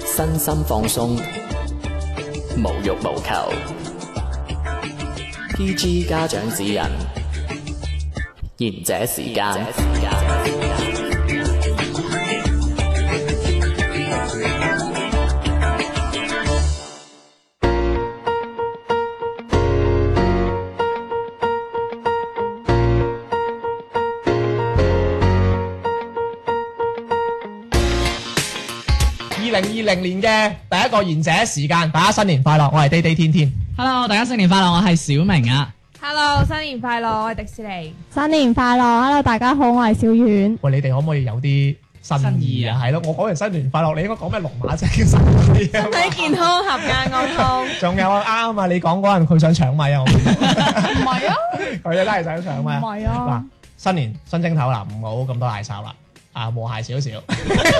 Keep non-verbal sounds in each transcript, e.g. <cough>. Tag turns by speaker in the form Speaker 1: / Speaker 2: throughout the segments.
Speaker 1: 身心放鬆，無欲無求。PG 家長指引，賢者時間。
Speaker 2: 二零二零年嘅第一個賢者時間，大家新年快樂！我係地地天天。
Speaker 3: Hello，大家新年快樂，我係小明啊。
Speaker 4: Hello，新年快樂，我係迪士尼。
Speaker 5: 新年快樂！Hello，大家好，我係小遠。
Speaker 2: 喂，你哋可唔可以有啲新
Speaker 3: 新
Speaker 2: 意
Speaker 3: 意
Speaker 2: 啊？
Speaker 3: 啊
Speaker 2: 係咯，我講完新年快樂，你應該講咩龍馬精神嗰啲啊嘛
Speaker 4: 身體健康，合家安康。
Speaker 2: 仲有啊，啱啊！你講嗰陣佢想搶米啊，我見到
Speaker 5: 唔係啊，
Speaker 2: <laughs> 佢真係想搶米啊。
Speaker 5: 唔係啊
Speaker 2: 嗱，新年新蒸頭啦，唔好咁多嗌哨啦，啊和諧少少。其實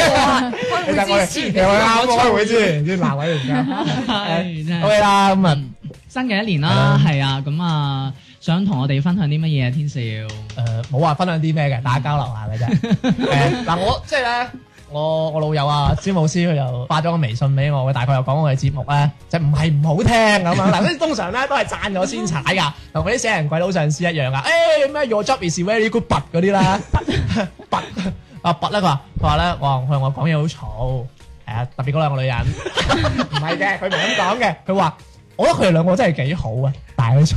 Speaker 2: 我哋其實我哋啱開會之前先鬧位唔啱。
Speaker 3: 係真係
Speaker 2: OK 啦，咁啊
Speaker 3: 嗯新嘅一年啦，係啊，咁啊，想同我哋分享啲乜嘢啊？天少，
Speaker 2: 誒呃冇話分享啲咩嘅，大家交流下嘅啫。誒嗱，我即係咧，我我老友啊，詹姆斯佢就發咗個微信俾我，佢大概又講我哋節目咧，就唔係唔好聽咁啊。嗱，跟住通常咧都係讚咗先踩㗎，同嗰啲死人鬼佬上司一樣啊。誒咩？Your job is very good，but 嗰啲啦，but 啊 but 啦，佢話佢話咧，我話佢話我講嘢好嘈，係啊，特別嗰兩個女人，唔係嘅，佢唔係咁講嘅，佢話我覺得佢哋兩個真係幾好啊，但係佢嘈。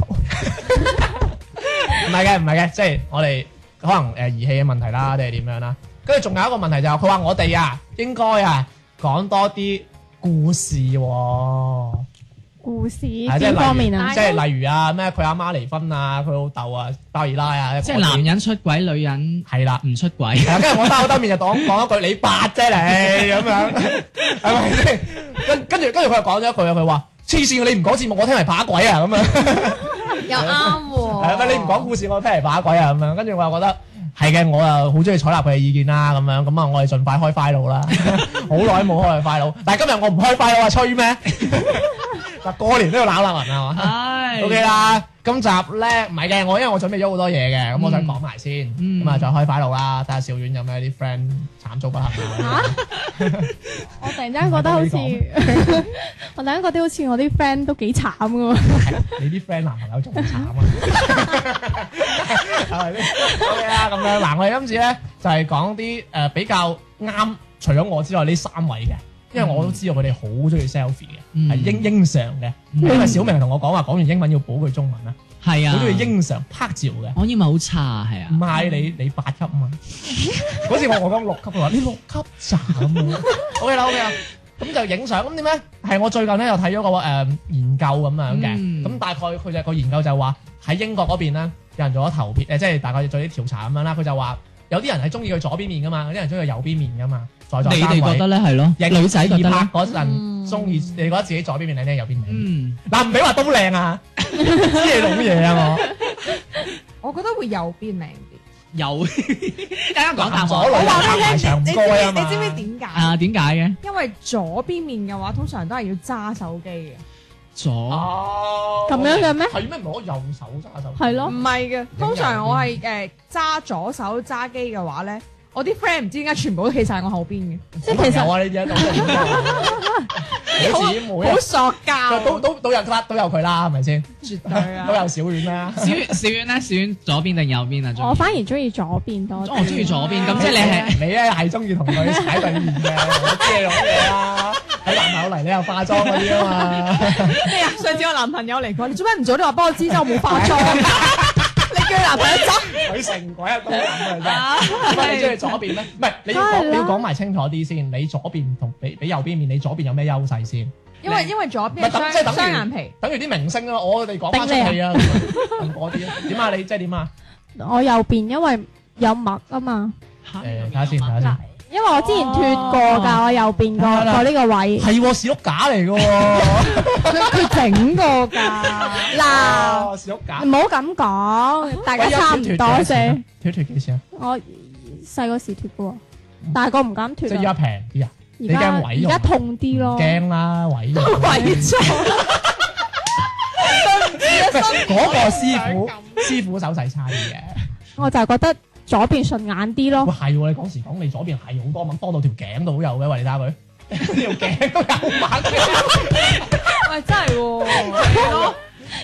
Speaker 2: 唔係嘅，唔係嘅，即係我哋可能誒呃儀器嘅問題啦，定係點樣啦。跟住仲有一個問題就係佢話我哋啊，應該啊講多啲故事喎、
Speaker 5: <laughs> 故事
Speaker 2: 係即係
Speaker 5: 邊方
Speaker 2: 例
Speaker 5: 面
Speaker 2: 如
Speaker 5: 啊
Speaker 2: 即？係例如啊咩佢阿媽離婚啊，佢老豆啊包二奶啊，
Speaker 3: 即係男人出軌，女人
Speaker 2: 係啦。
Speaker 3: 唔出軌。
Speaker 2: 係啊跟住我兜兜面就講講一句你八啫你咁樣，係咪先？跟跟住跟住佢又講咗一句啊，佢話黐線你唔講節目，我聽嚟把鬼啊咁樣。
Speaker 4: 又啱
Speaker 5: 哦
Speaker 2: 係啊
Speaker 4: 喎。
Speaker 2: 咪你唔講故事，我聽嚟把鬼啊咁樣？跟住我又覺得係嘅，我又好中意採納佢嘅意見啦，咁樣咁啊，我哋盡快開 file 啦，好耐冇開 file，但係今日我唔開 file 啊，吹咩？嗱，過年都要鬧鬧人啊嘛
Speaker 3: 係
Speaker 2: ，OK。啦。今集咧唔係嘅，我因為我準備咗好多嘢嘅，咁我想講埋先，
Speaker 3: 嗯
Speaker 2: 咁啊再開 file 啦，睇下小遠有咩啲 friend 慘遭不幸啊。
Speaker 5: 我突然間覺得好似， <laughs> 我突然間覺得好似我啲 friend 都幾慘噶喎。
Speaker 2: 係你啲 friend 男朋友仲慘啊！ <laughs> 係咪先 OK 啦，咁樣嗱，我哋今次咧就係講啲誒比較啱，除咗我之外呢三位嘅，因為我都知道佢哋好中意 selfie 嘅，
Speaker 3: 嗯
Speaker 2: 係英英相嘅。因為小明同我講話講完英文要補佢中文啦，
Speaker 3: 係
Speaker 1: 嗯
Speaker 3: 啊。
Speaker 2: 好中意。英相拍照嘅。
Speaker 3: 我英文好差，係啊
Speaker 2: 唔。係你你八級啊嘛， <laughs> 嗰次我我講六級，佢話你六級咋咁
Speaker 3: <laughs>
Speaker 2: 啊？OK 啦 OK 啦，咁就影相咁點咧？係我最近咧又睇咗個誒、研究咁樣嘅，
Speaker 3: 嗯
Speaker 2: 咁、大概佢就個研究就話喺英國嗰邊咧，有人做咗投票誒，即係大概做啲調查咁樣啦，佢就話有啲人係中意佢左邊面噶嘛，有啲人中意佢右邊面噶嘛，在座
Speaker 3: 你
Speaker 2: 三位
Speaker 3: 哋覺得咧係咯？
Speaker 2: 影
Speaker 3: 女仔覺得
Speaker 2: 自拍
Speaker 3: 呢
Speaker 2: 嗰陣
Speaker 4: 嗯
Speaker 2: 中意，你覺得自己左邊面靚定右邊面？
Speaker 3: 嗯，
Speaker 2: <laughs> 嗱唔俾話都靚
Speaker 3: <laughs>
Speaker 2: 啊，知你老嘢啊我。
Speaker 4: 我覺得會右邊靚啲。
Speaker 3: 有。大
Speaker 2: <laughs>
Speaker 3: 家講答
Speaker 2: 男左
Speaker 3: 案
Speaker 2: 女
Speaker 4: 我話俾你
Speaker 2: 行
Speaker 4: 聽，
Speaker 2: 埋牆唔
Speaker 4: 你知唔
Speaker 2: 該啊
Speaker 4: 知
Speaker 2: 嘛
Speaker 4: 你知唔知點解？
Speaker 3: 啊？點解嘅？
Speaker 4: 因為左邊面嘅話，通常都係要揸手機嘅。
Speaker 3: 左
Speaker 2: 哦
Speaker 5: 咁樣嘅咩
Speaker 2: 係咩？唔可以右手揸手？
Speaker 5: 係咯
Speaker 4: 唔係嘅，通常我係誒揸左手揸機嘅話咧，我啲 friend 唔知點解全部都企晒我後邊
Speaker 2: 即係其實我哋有你姊妹
Speaker 4: 嘅，
Speaker 2: 啊
Speaker 4: 好，塑膠，
Speaker 2: 都都都有佢啦，都有佢啦，係咪先？
Speaker 4: 絕對啊
Speaker 2: <laughs> 都！有小遠啦。
Speaker 3: 小小遠咧，小遠左邊定右邊啊？
Speaker 5: 我反而中意左邊多
Speaker 2: 哦
Speaker 5: 啲。
Speaker 3: 我中意左邊，咁即係你係
Speaker 2: 你咧係中意同佢踩對面嘅，我知你老嘢啦。喺男友嚟，你又化妝嗰啲啊嘛。
Speaker 4: 咩啊？上次我男朋友嚟過，你做咩唔早啲話幫我知，真係我冇化妝。你叫你男朋友
Speaker 2: <laughs>
Speaker 4: 執
Speaker 2: 佢成鬼日都咁嘅
Speaker 4: 啊？
Speaker 2: 啫。咁你中意左邊咧？唔係你要講，
Speaker 5: 梗係啦
Speaker 2: 你要講埋清楚啲先。你左邊同比比右邊面，你左邊有咩優勢先？
Speaker 4: 因為因為左
Speaker 2: 唔係
Speaker 4: 邊
Speaker 2: 等即係
Speaker 4: 雙
Speaker 2: 等於
Speaker 4: 雙
Speaker 2: <laughs>
Speaker 4: 眼皮，
Speaker 2: 等於啲明星咯，我哋講翻出戲啊，咁嗰啲啊。點啊？你即係點啊？
Speaker 5: 我右邊因為有墨啊嘛，
Speaker 3: 嚇
Speaker 2: 誒，睇下先，睇下先
Speaker 5: 嗱。，因為我之前脱過㗎，我右邊
Speaker 2: 睇下
Speaker 5: 個
Speaker 2: 哦啦
Speaker 5: 個呢個位，
Speaker 2: 係喎，屎碌架嚟嘅喎，
Speaker 5: 佢佢整過㗎。 <laughs> 嗱，
Speaker 2: 哦，屎碌架
Speaker 5: 唔，好咁講，大家差唔多啫。
Speaker 2: 脱脱幾錢啊？
Speaker 5: 我細個時脱嘅喎，大個唔敢脱
Speaker 2: 即係
Speaker 5: 啊
Speaker 2: 依。家平啲啊？
Speaker 5: 而
Speaker 2: 你
Speaker 5: 家
Speaker 2: 驚毀
Speaker 5: 而
Speaker 2: 容啊
Speaker 5: 家痛啲
Speaker 2: 唔
Speaker 5: 咯，
Speaker 2: 驚啦， <laughs> 毀容。
Speaker 4: 鬼咗，
Speaker 2: 嗰個師傅，師傅手勢差啲嘅，
Speaker 5: 我就覺得左邊順眼啲
Speaker 2: 喂
Speaker 5: 咯。
Speaker 2: 係喎，你講時講你左邊係好多蚊，多到條頸度都有嘅，喂你睇下佢。 <laughs> 條頸都有蚊，
Speaker 4: 喂，真係喎，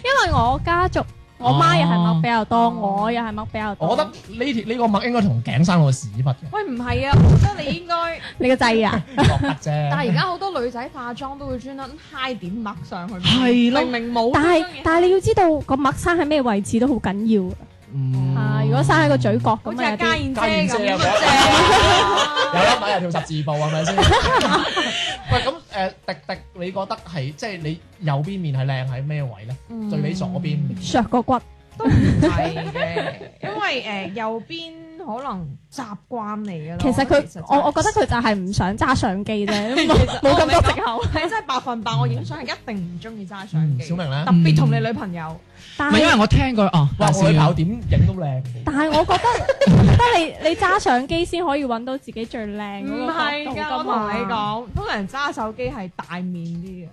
Speaker 5: 因為我家族我媽又係
Speaker 3: 哦
Speaker 5: 墨比較多，
Speaker 4: 哦
Speaker 5: 我又係墨比較多。
Speaker 2: 我覺得呢條呢個墨應該同頸生個屎忽嘅，
Speaker 4: 喂，唔係啊，我覺得你應該，
Speaker 5: 你個掣啊，
Speaker 2: 落筆 <laughs>
Speaker 4: 但係
Speaker 2: 啫。
Speaker 4: 而家好多女仔化妝都會專登揩點墨上去，
Speaker 3: 係咯
Speaker 4: 明明冇
Speaker 5: 但係
Speaker 4: 呢樣嘢
Speaker 5: 但係你要知道個墨生喺咩位置都好緊要
Speaker 3: 嗯
Speaker 5: 啊！如果生喺個嘴角
Speaker 4: 好
Speaker 5: 咁
Speaker 4: 似
Speaker 5: 啊，有
Speaker 4: 阿
Speaker 5: 啲
Speaker 4: 家燕姐咁啊
Speaker 2: 家燕姐有粒
Speaker 4: 正
Speaker 2: 米又跳十字步係咪先？ <laughs> 喂，咁誒迪迪，你覺得係即係你右邊面係靚喺咩位咧？
Speaker 4: 嗯
Speaker 2: 對比左邊面，
Speaker 5: 削個骨。
Speaker 4: 都唔係
Speaker 5: <laughs>
Speaker 4: 嘅，因為誒右邊可能習慣嚟㗎啦。
Speaker 5: 其實佢
Speaker 4: 真係
Speaker 5: 我我覺得佢就係唔想揸相機啫，
Speaker 4: <laughs> 其
Speaker 5: 冇
Speaker 4: 實
Speaker 5: 冇咁多藉
Speaker 4: 我
Speaker 5: 口。
Speaker 4: 係真係百分百，我影相係一定唔中意揸相
Speaker 2: 嗯
Speaker 4: 機。
Speaker 2: 小明咧
Speaker 4: 特，別同你女朋友，
Speaker 5: 但
Speaker 3: 唔係因為
Speaker 5: 係
Speaker 3: 我聽過哦，
Speaker 2: 哇！
Speaker 3: 大少
Speaker 2: 我女朋友點影都靚。
Speaker 5: 但係我覺得得你你揸相機先可以揾到自己最靚嗰
Speaker 4: 唔
Speaker 5: 個
Speaker 4: 係
Speaker 5: 角度㗎
Speaker 4: 㗎，我同你
Speaker 5: 嘛。
Speaker 4: 講，通常揸手機係大面
Speaker 5: <laughs>
Speaker 4: 啲嘅，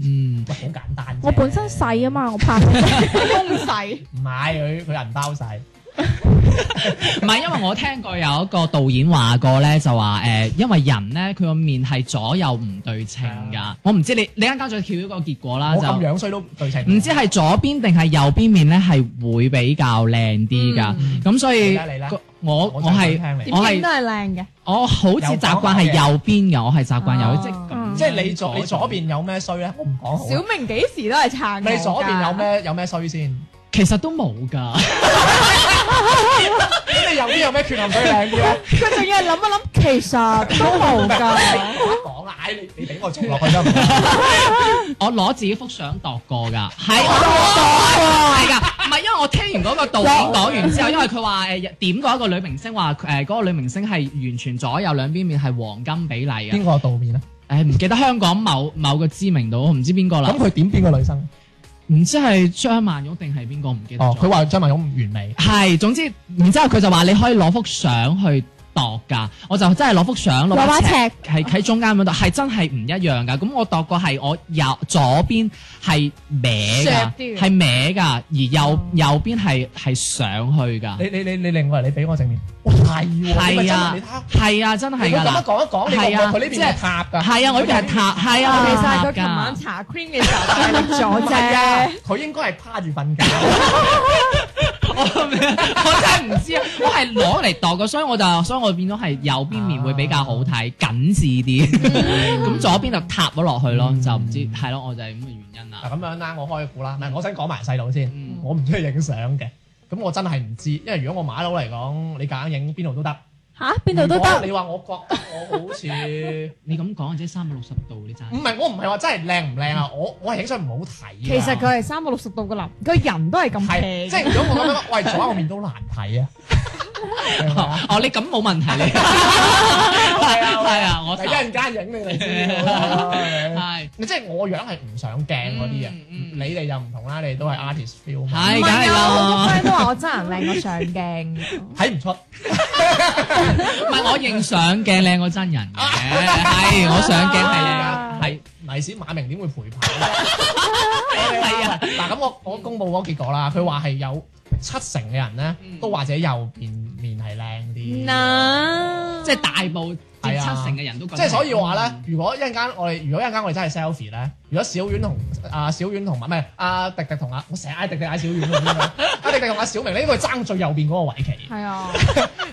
Speaker 3: 嗯，
Speaker 2: 喂，好簡單啫。
Speaker 5: 我本身細啊嘛，我拍
Speaker 4: 胸細。
Speaker 2: 唔係佢佢銀包細。
Speaker 3: 唔係因為我聽過有一個導演話過咧，就話誒、因為人咧佢個面係左右唔對稱
Speaker 2: 係
Speaker 3: 㗎。我唔知你你啱啱再跳嗰個結果啦，
Speaker 2: 啊我
Speaker 3: 啊就
Speaker 2: 咁樣衰都對稱。
Speaker 3: 唔知係左邊定係右邊面咧係會比較靚啲㗎。
Speaker 4: 嗯
Speaker 3: 咁所
Speaker 2: 你
Speaker 3: 以
Speaker 2: 啦你啦
Speaker 3: 個我
Speaker 2: 我
Speaker 3: 我
Speaker 2: 就想
Speaker 3: 係
Speaker 2: 聽你
Speaker 3: 我係
Speaker 4: 點都係靚嘅，
Speaker 3: 我好似習慣係右邊㗎，我係習慣右
Speaker 4: 哦
Speaker 3: 即係咁
Speaker 5: 嗯
Speaker 2: 即係你左你左。邊有咩衰咧？我唔講好
Speaker 4: 小
Speaker 2: 啊。
Speaker 4: 明幾時都係撐我㗎
Speaker 2: 你左邊有？咩有咩衰先？咁
Speaker 3: 其實都冇㗎，
Speaker 2: 你右邊有咩缺陷最靚啲咧？
Speaker 4: 佢仲要係諗一諗，其實都冇㗎。
Speaker 2: 講啦，唉，你你俾我捉落去得唔啊得？
Speaker 3: 我攞自己幅相度過㗎，係我度過係㗎，唔係因為我聽完嗰個導演講完之後，因為佢話誒點過一個女明星話誒嗰個女明星係完全左右兩邊面係黃金比例
Speaker 2: 邊
Speaker 3: 嘅，
Speaker 2: 個道面啊？
Speaker 3: 誒唔記得香港某某個知名度，我唔知邊個啦
Speaker 2: 咁，佢點邊個女生？
Speaker 3: 唔知係張曼玉定係邊個唔記得
Speaker 2: 哦，
Speaker 3: 咗
Speaker 2: 佢。話張曼玉唔完美。
Speaker 3: 係，總之，然之後佢就話你可以攞幅相去度㗎，我就真係攞幅相，攞
Speaker 5: 攞把
Speaker 3: 把尺，
Speaker 5: 尺，
Speaker 3: 係喺中間嗰度，係真係唔一樣㗎。咁我度過係我右左邊係歪㗎
Speaker 4: 削，啲嘅
Speaker 3: 係歪㗎，而右
Speaker 4: 哦
Speaker 3: 右邊係係上去㗎。
Speaker 2: 你你你你另外你俾我正面。哇，係喎。
Speaker 3: 係啊
Speaker 2: 你咪真係
Speaker 3: 係啊，真係
Speaker 2: 你睇下，你
Speaker 3: 㗎
Speaker 2: 咁樣
Speaker 3: 啦。
Speaker 2: 講一講，你
Speaker 3: 係啊
Speaker 2: 覺唔覺佢呢邊係塔㗎。
Speaker 3: 係啊，我呢邊係塔，係啊，
Speaker 4: 其實佢
Speaker 3: 塔㗎
Speaker 4: 琴晚搽 cream 嘅時候大力
Speaker 2: 唔
Speaker 4: 咗
Speaker 2: 係啊
Speaker 4: 啫。，
Speaker 2: 佢應該係趴住瞓覺。 <laughs>
Speaker 3: 我 <laughs> 我真係唔知啊，我係攞嚟度過，所以我就所以我變咗係右邊面會比較好
Speaker 2: 哦
Speaker 3: 睇，緊致啲。
Speaker 2: 嗯
Speaker 3: 咁左邊就塌咗落去咯，就唔知係咯，我就係咁嘅原
Speaker 2: 嗱
Speaker 3: 因啦。
Speaker 2: 咁樣啦，我開估啦。嗱，我先講埋細佬先。
Speaker 3: 嗯
Speaker 2: 我唔中意影相嘅，咁我真係唔知，因為如果我馬佬嚟講，你夾硬影邊度都得，
Speaker 5: 吓邊度都
Speaker 2: 如果
Speaker 5: 得。
Speaker 2: 你話我覺得我好似唔
Speaker 3: 你咁講，即係三百六十度，你賺
Speaker 2: 係，我唔係話真係靚唔靚啊，我我係影相唔好睇啊。
Speaker 4: 其實佢係三百六十度嘅男，佢人都係咁
Speaker 2: 係
Speaker 4: 斜
Speaker 2: 即係如果我咁樣，喂左我面都難睇啊。明唔明啊
Speaker 3: 哦，你咁冇問題，你 <laughs>
Speaker 2: 係啊
Speaker 3: 係啊，我
Speaker 2: 我一
Speaker 3: 係
Speaker 2: 陣間影你 <laughs> 嚟
Speaker 3: <laughs>
Speaker 2: 知道。
Speaker 3: 係
Speaker 2: 你即係我樣係唔上鏡嗰啲啊，
Speaker 3: 嗯嗯
Speaker 2: 你哋就唔同啦，你哋都係 artist feel 嘛，
Speaker 3: 係
Speaker 4: 唔
Speaker 3: 梗
Speaker 4: 係
Speaker 3: 係
Speaker 4: 啊，好多
Speaker 3: 啦，
Speaker 4: friend 都話我真人靚過上鏡。
Speaker 2: 睇唔出。
Speaker 3: 唔係我認相鏡靚過真人嘅，係我相鏡係啊
Speaker 2: <laughs>
Speaker 3: 靚㗎，係
Speaker 2: 尼史馬明點會陪跑
Speaker 3: <laughs>
Speaker 2: 咧？係
Speaker 3: à.
Speaker 2: 啊，嗱咁我我公佈嗰個結果啦，佢話係有七成嘅人咧
Speaker 3: 嗯
Speaker 2: 都話自己右邊面係靚啲。
Speaker 4: 嗱，
Speaker 3: 即係大部接
Speaker 2: 係
Speaker 3: 七
Speaker 2: 啊
Speaker 3: 成嘅人都覺得
Speaker 2: 即係所以話咧，如果一陣間我哋，如果一陣間我哋真係 selfie 咧，如果小婉同阿小婉同埋唔係阿迪迪同阿，我成日嗌迪迪嗌小婉
Speaker 3: <laughs>
Speaker 2: 咁樣，啊阿迪迪同阿小明咧，應該係爭最右邊嗰個圍棋。
Speaker 4: 係啊，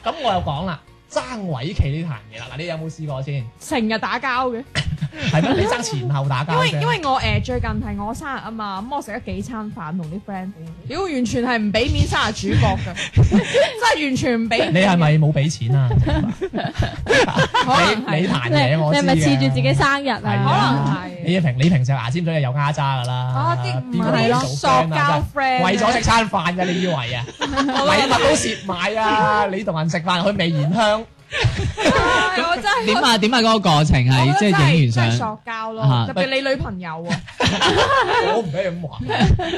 Speaker 2: 咁我又講啦，爭圍棋呢壇嘢啦，嗱你有冇試過先？
Speaker 4: 成日打交嘅。
Speaker 2: 係咩？你爭前後打交
Speaker 4: 因為
Speaker 2: 啫
Speaker 4: 因為我誒最近係我生日啊嘛，咁我食咗幾餐飯同啲 friend，屌完全係唔俾面生日主角㗎，真係完全唔俾面。
Speaker 2: 你係咪冇俾錢啊？
Speaker 4: 可能
Speaker 2: 你你
Speaker 4: 係？
Speaker 2: 彈
Speaker 5: 你
Speaker 2: 嘢我
Speaker 5: 你
Speaker 2: 知
Speaker 5: 係咪
Speaker 2: 嘅
Speaker 5: 黐住自己生日
Speaker 2: 係
Speaker 5: 啊？
Speaker 2: 啊
Speaker 4: 可能係
Speaker 2: 你平你平時牙尖嘴係有丫渣噶啦，
Speaker 4: 啊啲唔
Speaker 2: 邊個
Speaker 4: 係咯，
Speaker 2: 做
Speaker 4: 塑
Speaker 2: friend 啊
Speaker 4: 膠
Speaker 2: 真係
Speaker 4: friend
Speaker 2: 為咗食餐飯㗎，你以為啊？禮物都蝕埋啊！你同人食飯去味然香，
Speaker 4: 係我真係
Speaker 3: 點啊點啊嗰個過程
Speaker 4: Ờ,
Speaker 3: 係即係影
Speaker 4: 真係
Speaker 3: 完相，
Speaker 4: 塑膠
Speaker 3: 啊
Speaker 4: 咯，特別你女朋友喎，
Speaker 2: 我唔俾你咁話。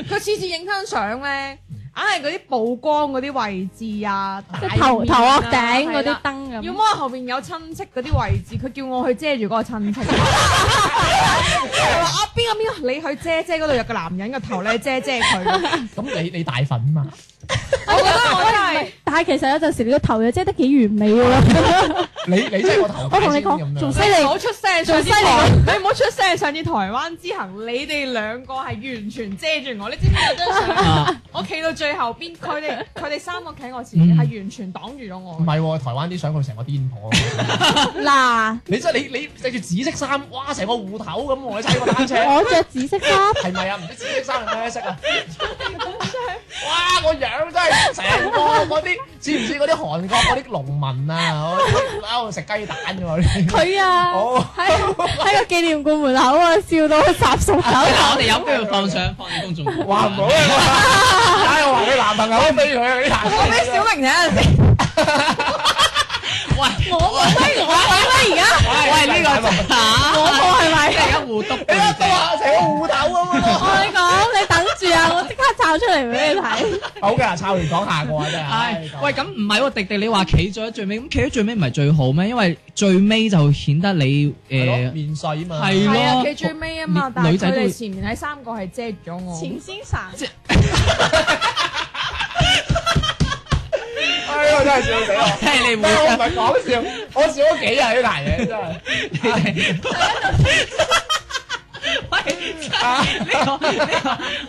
Speaker 4: 佢次次影張相咧，硬係嗰啲曝光嗰啲位置啊，
Speaker 5: 即
Speaker 4: 大
Speaker 5: 係頭
Speaker 4: 面
Speaker 5: 頭
Speaker 4: 啊
Speaker 5: 殼頂嗰
Speaker 4: 係
Speaker 5: 啲
Speaker 4: 啦
Speaker 5: 燈咁
Speaker 4: 要。麼後邊有親戚嗰啲位置，佢叫我去遮住嗰個親戚。佢話啊邊個邊個，你去遮遮嗰度有個男人個頭，你去遮遮佢。
Speaker 2: 咁你你大份嘛？
Speaker 4: 我我覺得我真係。
Speaker 5: 但係其實有陣時你個頭又遮得幾完美喎。
Speaker 2: 你你真係個頭
Speaker 5: 我同
Speaker 2: 大
Speaker 5: 你
Speaker 2: 先
Speaker 5: 講，
Speaker 2: 咁
Speaker 5: 仲
Speaker 2: 樣
Speaker 5: 犀利
Speaker 4: 唔。好出聲上
Speaker 5: 最
Speaker 4: 啲
Speaker 5: 犀
Speaker 4: 台，
Speaker 5: 利
Speaker 4: 你唔好出聲上次台灣之行，你哋兩個係完全遮住我。你知唔知有張
Speaker 5: <laughs>
Speaker 4: 相？
Speaker 3: 啊
Speaker 4: 我企到最後邊，佢哋佢哋三個企喺我前
Speaker 5: 嗯
Speaker 4: 面，係完全擋住咗
Speaker 2: 唔
Speaker 4: 我。
Speaker 2: 係喎，台灣啲相佢成個癲婆。
Speaker 5: 嗱，
Speaker 2: <laughs>
Speaker 4: <laughs>
Speaker 2: 你真係你你着住紫色衫，哇！成個芋頭咁喎，你踩個單車
Speaker 5: 我着紫色衫，
Speaker 2: 係咪啊？唔知紫色衫係咩色啊？哇！個樣真係成個嗰啲，似唔似嗰啲韓國嗰啲農民啊？我喺度食雞蛋嘅喎呢啲。
Speaker 5: 佢啊，
Speaker 2: 哦
Speaker 5: 喺喺個紀念館門口啊，笑到霎數手。
Speaker 3: 嗱，我哋有機會放上放喺公眾號
Speaker 2: 哇！唔好啊！我唉，我話你男朋友飛佢啊！你男
Speaker 4: 我俾
Speaker 2: 朋
Speaker 4: 小
Speaker 2: 友。
Speaker 4: 明睇下先，
Speaker 3: 喂，
Speaker 4: 我我威我威啦而
Speaker 3: 喂，呢個真嚇，
Speaker 4: 我我係咪
Speaker 3: 即係而家互篤
Speaker 2: 你一
Speaker 3: 背
Speaker 2: 到啊，
Speaker 3: 脊。
Speaker 2: 成個芋頭咁樣
Speaker 5: 我
Speaker 2: 咯。
Speaker 5: 同你講，你等住啊，我即刻抄出嚟俾你睇。
Speaker 2: 好嘅，抄完講下個啊，真係。唉
Speaker 3: 係，喂，咁唔係喎，迪迪你話企咗喺最尾，咁企咗最尾唔係最好咩？因為最尾就顯得你呃
Speaker 2: 係咯
Speaker 3: 誒
Speaker 2: 面細啊嘛。
Speaker 3: 係
Speaker 4: 係啊，
Speaker 3: 咯
Speaker 4: 企最尾啊嘛，但
Speaker 3: 女
Speaker 4: 係
Speaker 3: 仔
Speaker 4: 佢
Speaker 3: 都會
Speaker 4: 哋前面喺三個係遮住咗我。
Speaker 5: 先生，
Speaker 2: 哎呀，真係笑死我！
Speaker 3: 即係你
Speaker 2: 喂我唔
Speaker 3: 會
Speaker 2: 係講笑，我笑咗幾日呢壇嘢真係。
Speaker 3: 呢個呢個 <laughs>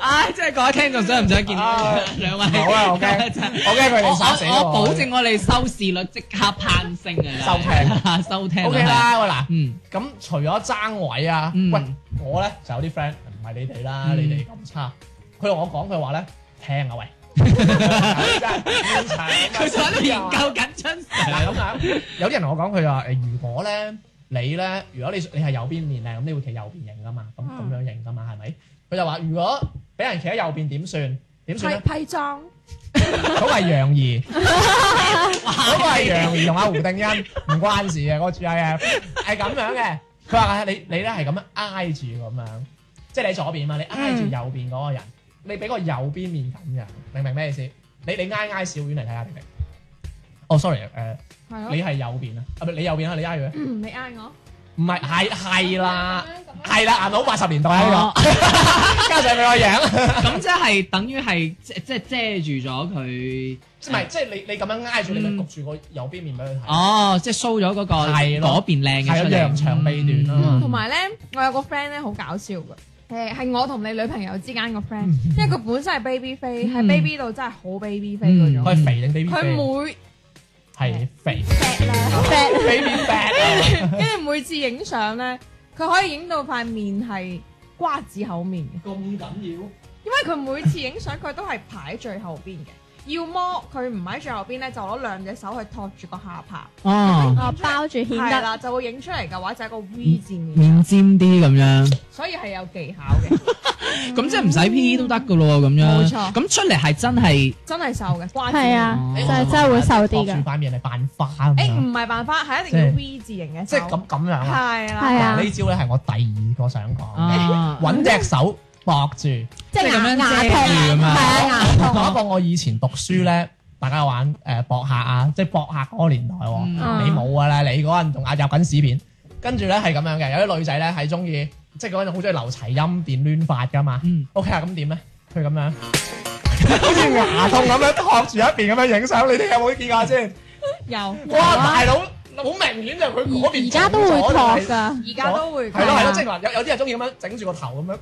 Speaker 3: 唉，即係各位聽眾想唔想見到
Speaker 2: 啊
Speaker 3: 兩位？
Speaker 2: 好
Speaker 3: <laughs>
Speaker 2: 啊，我驚，
Speaker 3: 真係
Speaker 2: 我驚佢
Speaker 3: 我
Speaker 2: 哋殺死
Speaker 3: 我我保
Speaker 2: 我。
Speaker 3: 證我哋收視率即刻攀升啊！
Speaker 2: 收聽
Speaker 3: 收聽啊
Speaker 2: O K 啦，喂嗱，
Speaker 3: 嗯，
Speaker 2: 咁除咗爭位啊，
Speaker 3: 嗯
Speaker 2: 喂，我咧就有啲 friend 唔係你哋啦，
Speaker 3: 嗯
Speaker 2: 你哋咁差，佢同我講佢話咧，聽
Speaker 3: <laughs>
Speaker 2: 啊喂，真係天才
Speaker 3: 佢就喺度研究緊張
Speaker 2: 嗱咁啊，有啲人同我講佢話誒，如果咧你咧，如果你你係右邊面靚，咁你會企右邊影噶嘛，咁咁樣影噶嘛，係咪？佢就話如果俾人企喺右邊點算？點算
Speaker 4: 批
Speaker 2: 咧？
Speaker 4: 批裝，
Speaker 2: 嗰個係楊怡，嗰個係楊怡同阿胡定欣，唔關事嘅，嗰個主係啊，係咁樣嘅。佢話你你咧係咁樣挨住咁樣，即係你喺左邊嘛，你挨住右邊嗰個人，你俾個右邊面咁樣，明唔明咩意思？你你挨挨小丸嚟睇下，明唔明？哦，sorry，誒、
Speaker 4: 係
Speaker 2: 你
Speaker 4: 咯。
Speaker 2: 係右邊啊，啊唔係你右邊啊，你挨住佢，
Speaker 4: 嗯，你嗌我，
Speaker 2: 唔係係係啦，
Speaker 3: 嗯
Speaker 2: 係啦，銀佬八十年代呢個， <laughs> 加上你個樣。
Speaker 3: 咁即係等於係即即係遮住咗佢，
Speaker 2: 唔係，即係你你咁樣挨住，你咪焗住個右邊面俾佢睇。
Speaker 3: 哦，即係 show 咗嗰個
Speaker 2: 係咯
Speaker 3: 嗰邊靚
Speaker 2: 係
Speaker 3: 嘅出
Speaker 2: 啊，
Speaker 3: 嚟，
Speaker 2: 揚長避短啦。
Speaker 4: 同埋咧，我有個 friend 咧好搞笑嘅。誒係我同你女朋友之間個 friend，因為佢本身係 baby 飛，係
Speaker 3: 嗯
Speaker 4: baby 到真係好 baby 飛嗰種。
Speaker 2: 佢係肥定 baby
Speaker 4: 佢
Speaker 2: fat？
Speaker 4: 每
Speaker 2: 係肥
Speaker 5: fat 啦，fat
Speaker 2: baby fat 啊。
Speaker 4: 跟住每次影相咧，佢可以影到塊面係瓜子口面嘅，
Speaker 3: 咁緊要。
Speaker 4: 因為佢每次影相佢都係排喺最後邊嘅，要麼佢唔喺最後邊咧，就攞兩隻手去托住個下巴，
Speaker 3: 哦，
Speaker 5: 我包住顯
Speaker 4: 係
Speaker 5: 得
Speaker 4: 啦，就會影出嚟嘅話就係一個 V
Speaker 2: 嗯
Speaker 4: 字面啊
Speaker 3: 面，尖啲咁樣，
Speaker 4: 所以係有技巧
Speaker 2: <laughs>
Speaker 4: 嘅，
Speaker 3: 咁即係唔使 P 都得噶咯喎，咁樣。
Speaker 4: 冇錯
Speaker 3: 咁出嚟係真係
Speaker 4: 真係瘦嘅瓜子面。
Speaker 5: 係啊
Speaker 3: 哦，
Speaker 5: 就 <laughs> 係真係會瘦啲
Speaker 2: 哎托住
Speaker 5: 㗎。
Speaker 2: 塊面嚟扮花咁
Speaker 4: 誒
Speaker 2: 樣，
Speaker 4: 唔係辦法，係一定要
Speaker 2: 即係
Speaker 4: V 字形嘅
Speaker 2: 即
Speaker 4: 手，
Speaker 2: 係咁咁樣啊。
Speaker 4: 係
Speaker 5: 係
Speaker 4: 啦，
Speaker 5: 啊
Speaker 2: 嗱呢招咧係我第二個想講，
Speaker 3: 啊，
Speaker 2: 揾隻手搏住。
Speaker 5: 即
Speaker 3: 係咁
Speaker 5: 牙
Speaker 3: 樣遮
Speaker 5: 牙
Speaker 3: 住咁
Speaker 5: 痛，係
Speaker 3: 樣
Speaker 5: 啊，牙
Speaker 2: 講一
Speaker 5: 痛。
Speaker 2: 個我以前讀書咧，大家玩誒博客啊，即係博客嗰個年代喎，
Speaker 3: 嗯
Speaker 2: 你冇噶啦，你嗰陣仲壓入緊屎片，跟住咧係咁樣嘅，有啲女仔咧係中意，即係嗰陣好中意留齊音變攣髮噶嘛
Speaker 3: 嗯
Speaker 2: ，OK 啊，咁點咧？佢咁樣，好似牙痛咁樣托住一邊咁樣影相，你哋有冇見過先？
Speaker 4: 有
Speaker 2: 哇，大佬！好明顯就係佢嗰邊
Speaker 5: 而家都會
Speaker 2: 腫
Speaker 5: 托
Speaker 2: 咗
Speaker 5: 㗎。
Speaker 4: 而家都會
Speaker 2: 係咯係咯，即
Speaker 4: 係
Speaker 2: 係話有有啲人中意咁樣整住個 <laughs> 頭咁樣，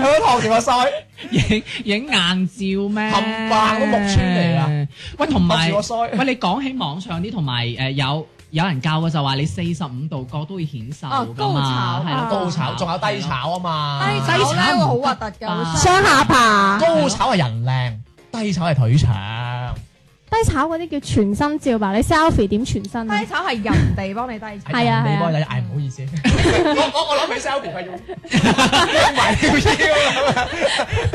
Speaker 2: 咁樣托住個腮，
Speaker 3: 影影硬照咩？
Speaker 2: 冚唪唥都木村嚟㗎！
Speaker 3: 喂，同
Speaker 2: 托
Speaker 3: 埋
Speaker 2: 住個腮。
Speaker 3: 喂，你講起網上啲同埋誒有有人教嘅就話你四十五度角都會顯瘦
Speaker 4: 哦
Speaker 3: 㗎嘛，
Speaker 4: 高
Speaker 3: 係
Speaker 4: 炒
Speaker 3: 啦
Speaker 2: 高炒，仲有低。炒啊嘛。
Speaker 4: 低手
Speaker 2: 啊
Speaker 4: 咧會好核突
Speaker 3: 低手唔得
Speaker 4: 㗎，會
Speaker 3: 吧
Speaker 4: 傷
Speaker 5: 雙下巴，
Speaker 2: 高炒係人靚，低炒係腿長。
Speaker 5: 低炒嗰啲叫全身照吧？你 selfie 點全身啊
Speaker 4: 低？手係人哋幫你低手。
Speaker 5: 係啊
Speaker 2: 你幫你
Speaker 5: 係
Speaker 2: 嗌唔好意思，我我我諗起 selfie 係用用埋條腰咁樣，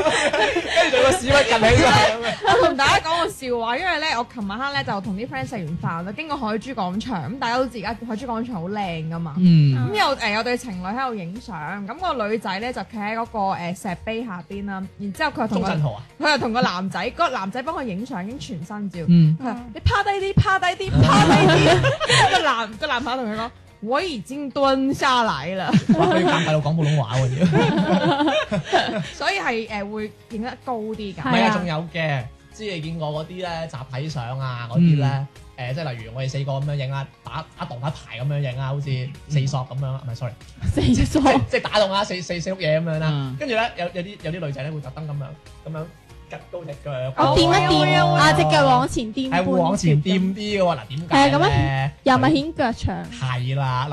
Speaker 2: 跟住仲有個屎忽近起身咁樣。
Speaker 4: 我同大家講個笑話，因為咧我琴晚黑咧就同啲 friend 食完飯啦，經過海珠廣場，咁大家都知而家海珠廣場好靚噶嘛。
Speaker 3: 嗯，
Speaker 4: 咁有誒有對情侶喺度影相，咁個女仔咧就企喺嗰個誒石碑下邊啦，然之後佢又同
Speaker 2: 鍾
Speaker 4: 個
Speaker 2: 鎮豪啊，
Speaker 4: 佢又同個男仔，個男仔幫佢影相，影全身照。
Speaker 3: 嗯，
Speaker 4: 佢話你趴低啲，趴低啲，趴低啲。跟住個男個男朋友同佢講：我已經蹲下來
Speaker 2: <laughs>
Speaker 4: 啦。
Speaker 2: 哇！佢要尷尬到講普通話喎，要。
Speaker 4: 所以係誒會影得高啲
Speaker 2: 唔
Speaker 5: 係
Speaker 4: 㗎。
Speaker 2: 係啊，
Speaker 5: 啊
Speaker 2: 仲有嘅，知你見過嗰啲咧集體相啊，嗰啲咧誒，即係例如我哋四個咁樣影啊，打打動一排咁樣影啊，好似四索咁樣，唔係 sorry，
Speaker 5: 四隻數，
Speaker 4: 哦
Speaker 2: 即即係打動啊，四四四碌嘢咁樣啦
Speaker 3: 嗯。
Speaker 2: 跟住咧有有啲有啲女仔咧會特登咁樣咁樣趌高只腳，
Speaker 5: 我
Speaker 4: 哦
Speaker 5: 掂
Speaker 4: 掂
Speaker 5: 一
Speaker 4: 會
Speaker 5: 掂
Speaker 4: 啊會
Speaker 5: 啊，只腳往前掂半
Speaker 2: 係
Speaker 5: 橛咁，
Speaker 2: 會往前掂啲嘅喎。嗱點解
Speaker 5: 係啊咁樣
Speaker 2: 咧？
Speaker 5: 又咪顯腳長，
Speaker 2: 係啦，嗱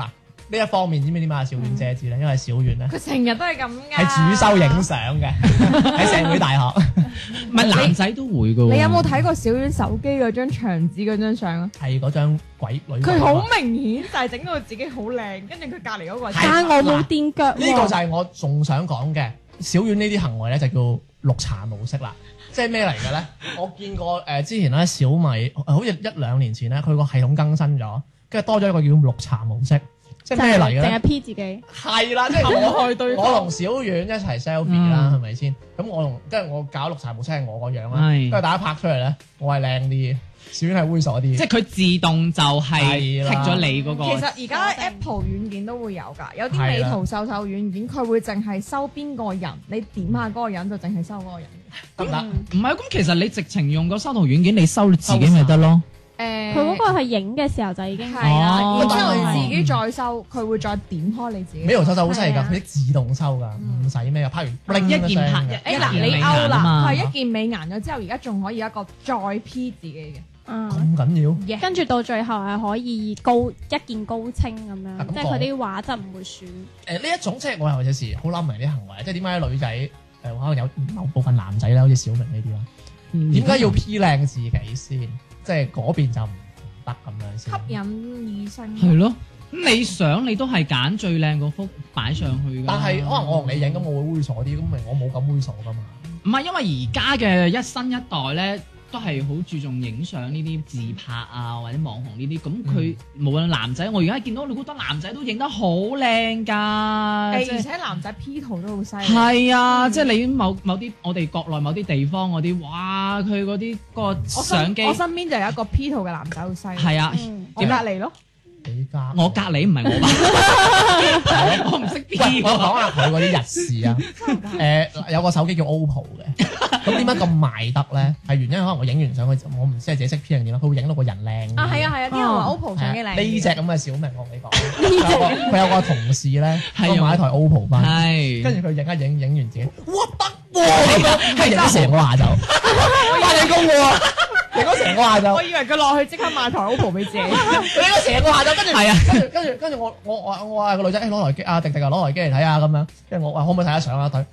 Speaker 2: 呢一方面知唔知點解阿小遠遮住咧？因為小遠咧
Speaker 4: 佢成日都係咁㗎。
Speaker 2: 係主修影相嘅，喺社會大學。
Speaker 3: 唔係男仔都會噶喎。
Speaker 4: 你有冇睇過小丸手機嗰張牆紙嗰張相啊？
Speaker 2: 係嗰張鬼女。
Speaker 4: 佢好明顯就係整到自己好靚，跟住佢隔離嗰個
Speaker 2: 係
Speaker 4: 係
Speaker 5: 但我冇踮腳喎。
Speaker 2: 呢個就係我仲想講嘅。小遠呢啲行為咧就叫綠茶模式啦。即係咩嚟嘅 <laughs> 咧？我見過誒、呃之前咧小米，呃好似一兩年前咧，佢個系統更新咗，跟住多咗一個叫綠茶模式。即係咩嚟嘅
Speaker 5: 淨
Speaker 2: 咧
Speaker 5: 係？P 自己，
Speaker 2: 係啦，即係我
Speaker 4: 害對
Speaker 2: 我同
Speaker 4: 方。
Speaker 2: 小遠一齊 selfie 啦，
Speaker 3: 嗯
Speaker 2: 係咪先？咁我同跟住我搞綠茶模式係我個樣啦，跟
Speaker 3: 係
Speaker 2: 住大家拍出嚟咧，我係靚啲嘅，小遠係猥瑣啲
Speaker 3: 即
Speaker 2: 嘅。
Speaker 3: 係佢自動就係
Speaker 2: 係啦
Speaker 3: 剔咗你嗰
Speaker 4: 其
Speaker 3: 個。
Speaker 4: 實而家
Speaker 5: 我定
Speaker 4: Apple 軟件都會有㗎，有啲
Speaker 2: 係
Speaker 4: 美
Speaker 2: 啦
Speaker 4: 圖秀秀軟件佢會淨係收邊個人，你點下嗰個人就淨係收嗰個人。
Speaker 2: 得唔得？
Speaker 3: 唔係，咁其實你直情用個修圖軟件，你收你自己咪得咯。
Speaker 4: 誒，
Speaker 5: 佢嗰個係影嘅時候就已經
Speaker 4: 係
Speaker 5: 係
Speaker 4: 啦，
Speaker 3: 哦
Speaker 4: 然之後自己再收，佢會再點開你自己。
Speaker 2: 美圖秀秀好犀利
Speaker 4: 係
Speaker 2: 㗎，
Speaker 4: 啊
Speaker 2: 佢識自動收㗎，唔使咩㗎，拍完
Speaker 3: 一
Speaker 2: bling
Speaker 3: 鍵
Speaker 2: 一聲
Speaker 3: 拍
Speaker 2: 嘅
Speaker 3: 一
Speaker 4: 誒嗱，
Speaker 3: 一鍵
Speaker 4: 你
Speaker 3: 美
Speaker 4: 勾
Speaker 3: 顏啊
Speaker 4: 啦，
Speaker 3: 嘛
Speaker 4: 佢係一件美顏咗之後，而家仲可以有一個再 P 自己
Speaker 5: 嗯。
Speaker 2: 咁緊要？
Speaker 4: 嘅。
Speaker 5: 跟住到最後係可以高一見高清咁
Speaker 2: 啊
Speaker 5: 樣，
Speaker 2: 咁
Speaker 5: 即係佢啲畫質唔會損。
Speaker 2: 誒呢一種即係我有時好諗明啲行為，即係點解女仔誒可能有某部分男仔咧，好似小明呢啲啦，
Speaker 3: 嗯
Speaker 2: 點解要 P 靚自己先？即係嗰邊就唔得咁樣
Speaker 4: 吸
Speaker 2: 先。
Speaker 4: 引異性，
Speaker 3: 係咯？咁你想你都係揀最靚嗰幅擺上去㗎。
Speaker 2: 但係可能我同你影咁，我會猥瑣啲，咁咪我冇咁猥瑣㗎嘛。
Speaker 3: 唔係，因為而家嘅一新一代咧，都係好注重影相呢啲自拍啊，或者網紅呢啲。咁佢、
Speaker 2: 嗯
Speaker 3: 無論男仔，我而家見到你好多男仔都影得好靚㗎，
Speaker 4: 誒
Speaker 2: 哎
Speaker 3: 即
Speaker 4: 而
Speaker 3: 係
Speaker 4: 且男仔 P 圖都好犀利。
Speaker 3: 係啊，
Speaker 4: 嗯
Speaker 3: 即係你某某啲我哋國內某啲地方嗰啲，哇！佢嗰啲嗰個
Speaker 4: 我身
Speaker 3: 相機
Speaker 4: 我身邊就有一個 P 圖嘅男仔好犀利，
Speaker 3: 係啊，
Speaker 5: 嗯，
Speaker 4: 我隔離咯，
Speaker 2: 你家
Speaker 3: 我隔離唔係我吧？我唔識 P
Speaker 2: 喂，我
Speaker 3: 喎。
Speaker 2: 講下佢嗰啲日事啊。誒、有個手機叫 OPPO 嘅，咁點解咁賣得咧？係原因可能我影完相佢，我唔知係自己識 P 定點啦，佢會影到個人靚。
Speaker 4: 啊係啊。係啊，啲人
Speaker 3: 哦
Speaker 4: 話 OPPO 相機
Speaker 2: 係啊
Speaker 4: 靚，
Speaker 2: 呢只咁嘅小明，我同你講，佢有個佢有個同事咧，
Speaker 3: 係
Speaker 2: 佢買一台 OPPO 翻，
Speaker 3: 係，
Speaker 2: 跟住佢影一影，影完自己，哇得喎，係影咗成個下晝，翻你工喎，影咗成個下晝
Speaker 4: 我。以為佢落去即刻買台 OPPO 俾自
Speaker 3: <laughs>
Speaker 4: 己，
Speaker 3: 啊
Speaker 2: 你個成個下晝跟住
Speaker 3: 係啊
Speaker 2: 跟住跟住跟住我我我我話個女仔，誒攞台機啊，迪迪啊攞台機嚟睇下咁樣，跟住我話可唔可以睇下相啊？睇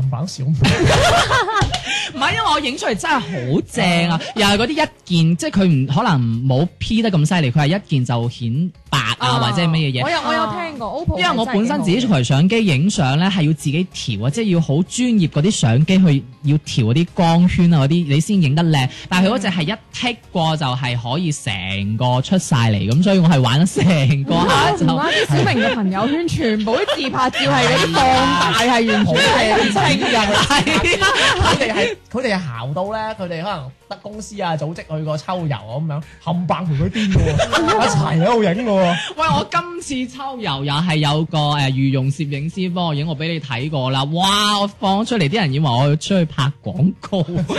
Speaker 2: 冚唪唥小妹，
Speaker 3: 唔係，因為我影出嚟真係好正啊！又係嗰啲一件，即係佢唔可能冇 P 得咁犀利，佢係一件就顯白啊，或者係乜嘢
Speaker 4: 我
Speaker 3: 嘢。
Speaker 4: 有我有聽過 OPPO，
Speaker 3: 因為我本身自己
Speaker 4: 真係幾好
Speaker 3: 台相機影相咧，係要自己調啊，即係要好專業嗰啲相機去要調嗰啲光圈啊嗰啲，你先影得靚。但係佢嗰只係一剔過就係可以成個出晒嚟，咁所以我係玩咗成個下
Speaker 4: 嘅
Speaker 3: 晝。
Speaker 4: 哇啲小明嘅朋友圈全部啲自拍照係嗰啲放大係完
Speaker 2: 好
Speaker 4: 全
Speaker 2: 靚仔㗎！
Speaker 3: <laughs> 係啊
Speaker 2: 佢哋係佢哋係姣到咧，佢哋可能得公司啊組織去過秋遊啊咁樣，冚唪唥陪佢癲嘅喎，一齊喺度影嘅喎。
Speaker 3: 喂，我今次秋遊又係有個誒御用攝影師幫我影，我俾你睇過啦。哇！我放出嚟啲人以為我要出去拍廣告，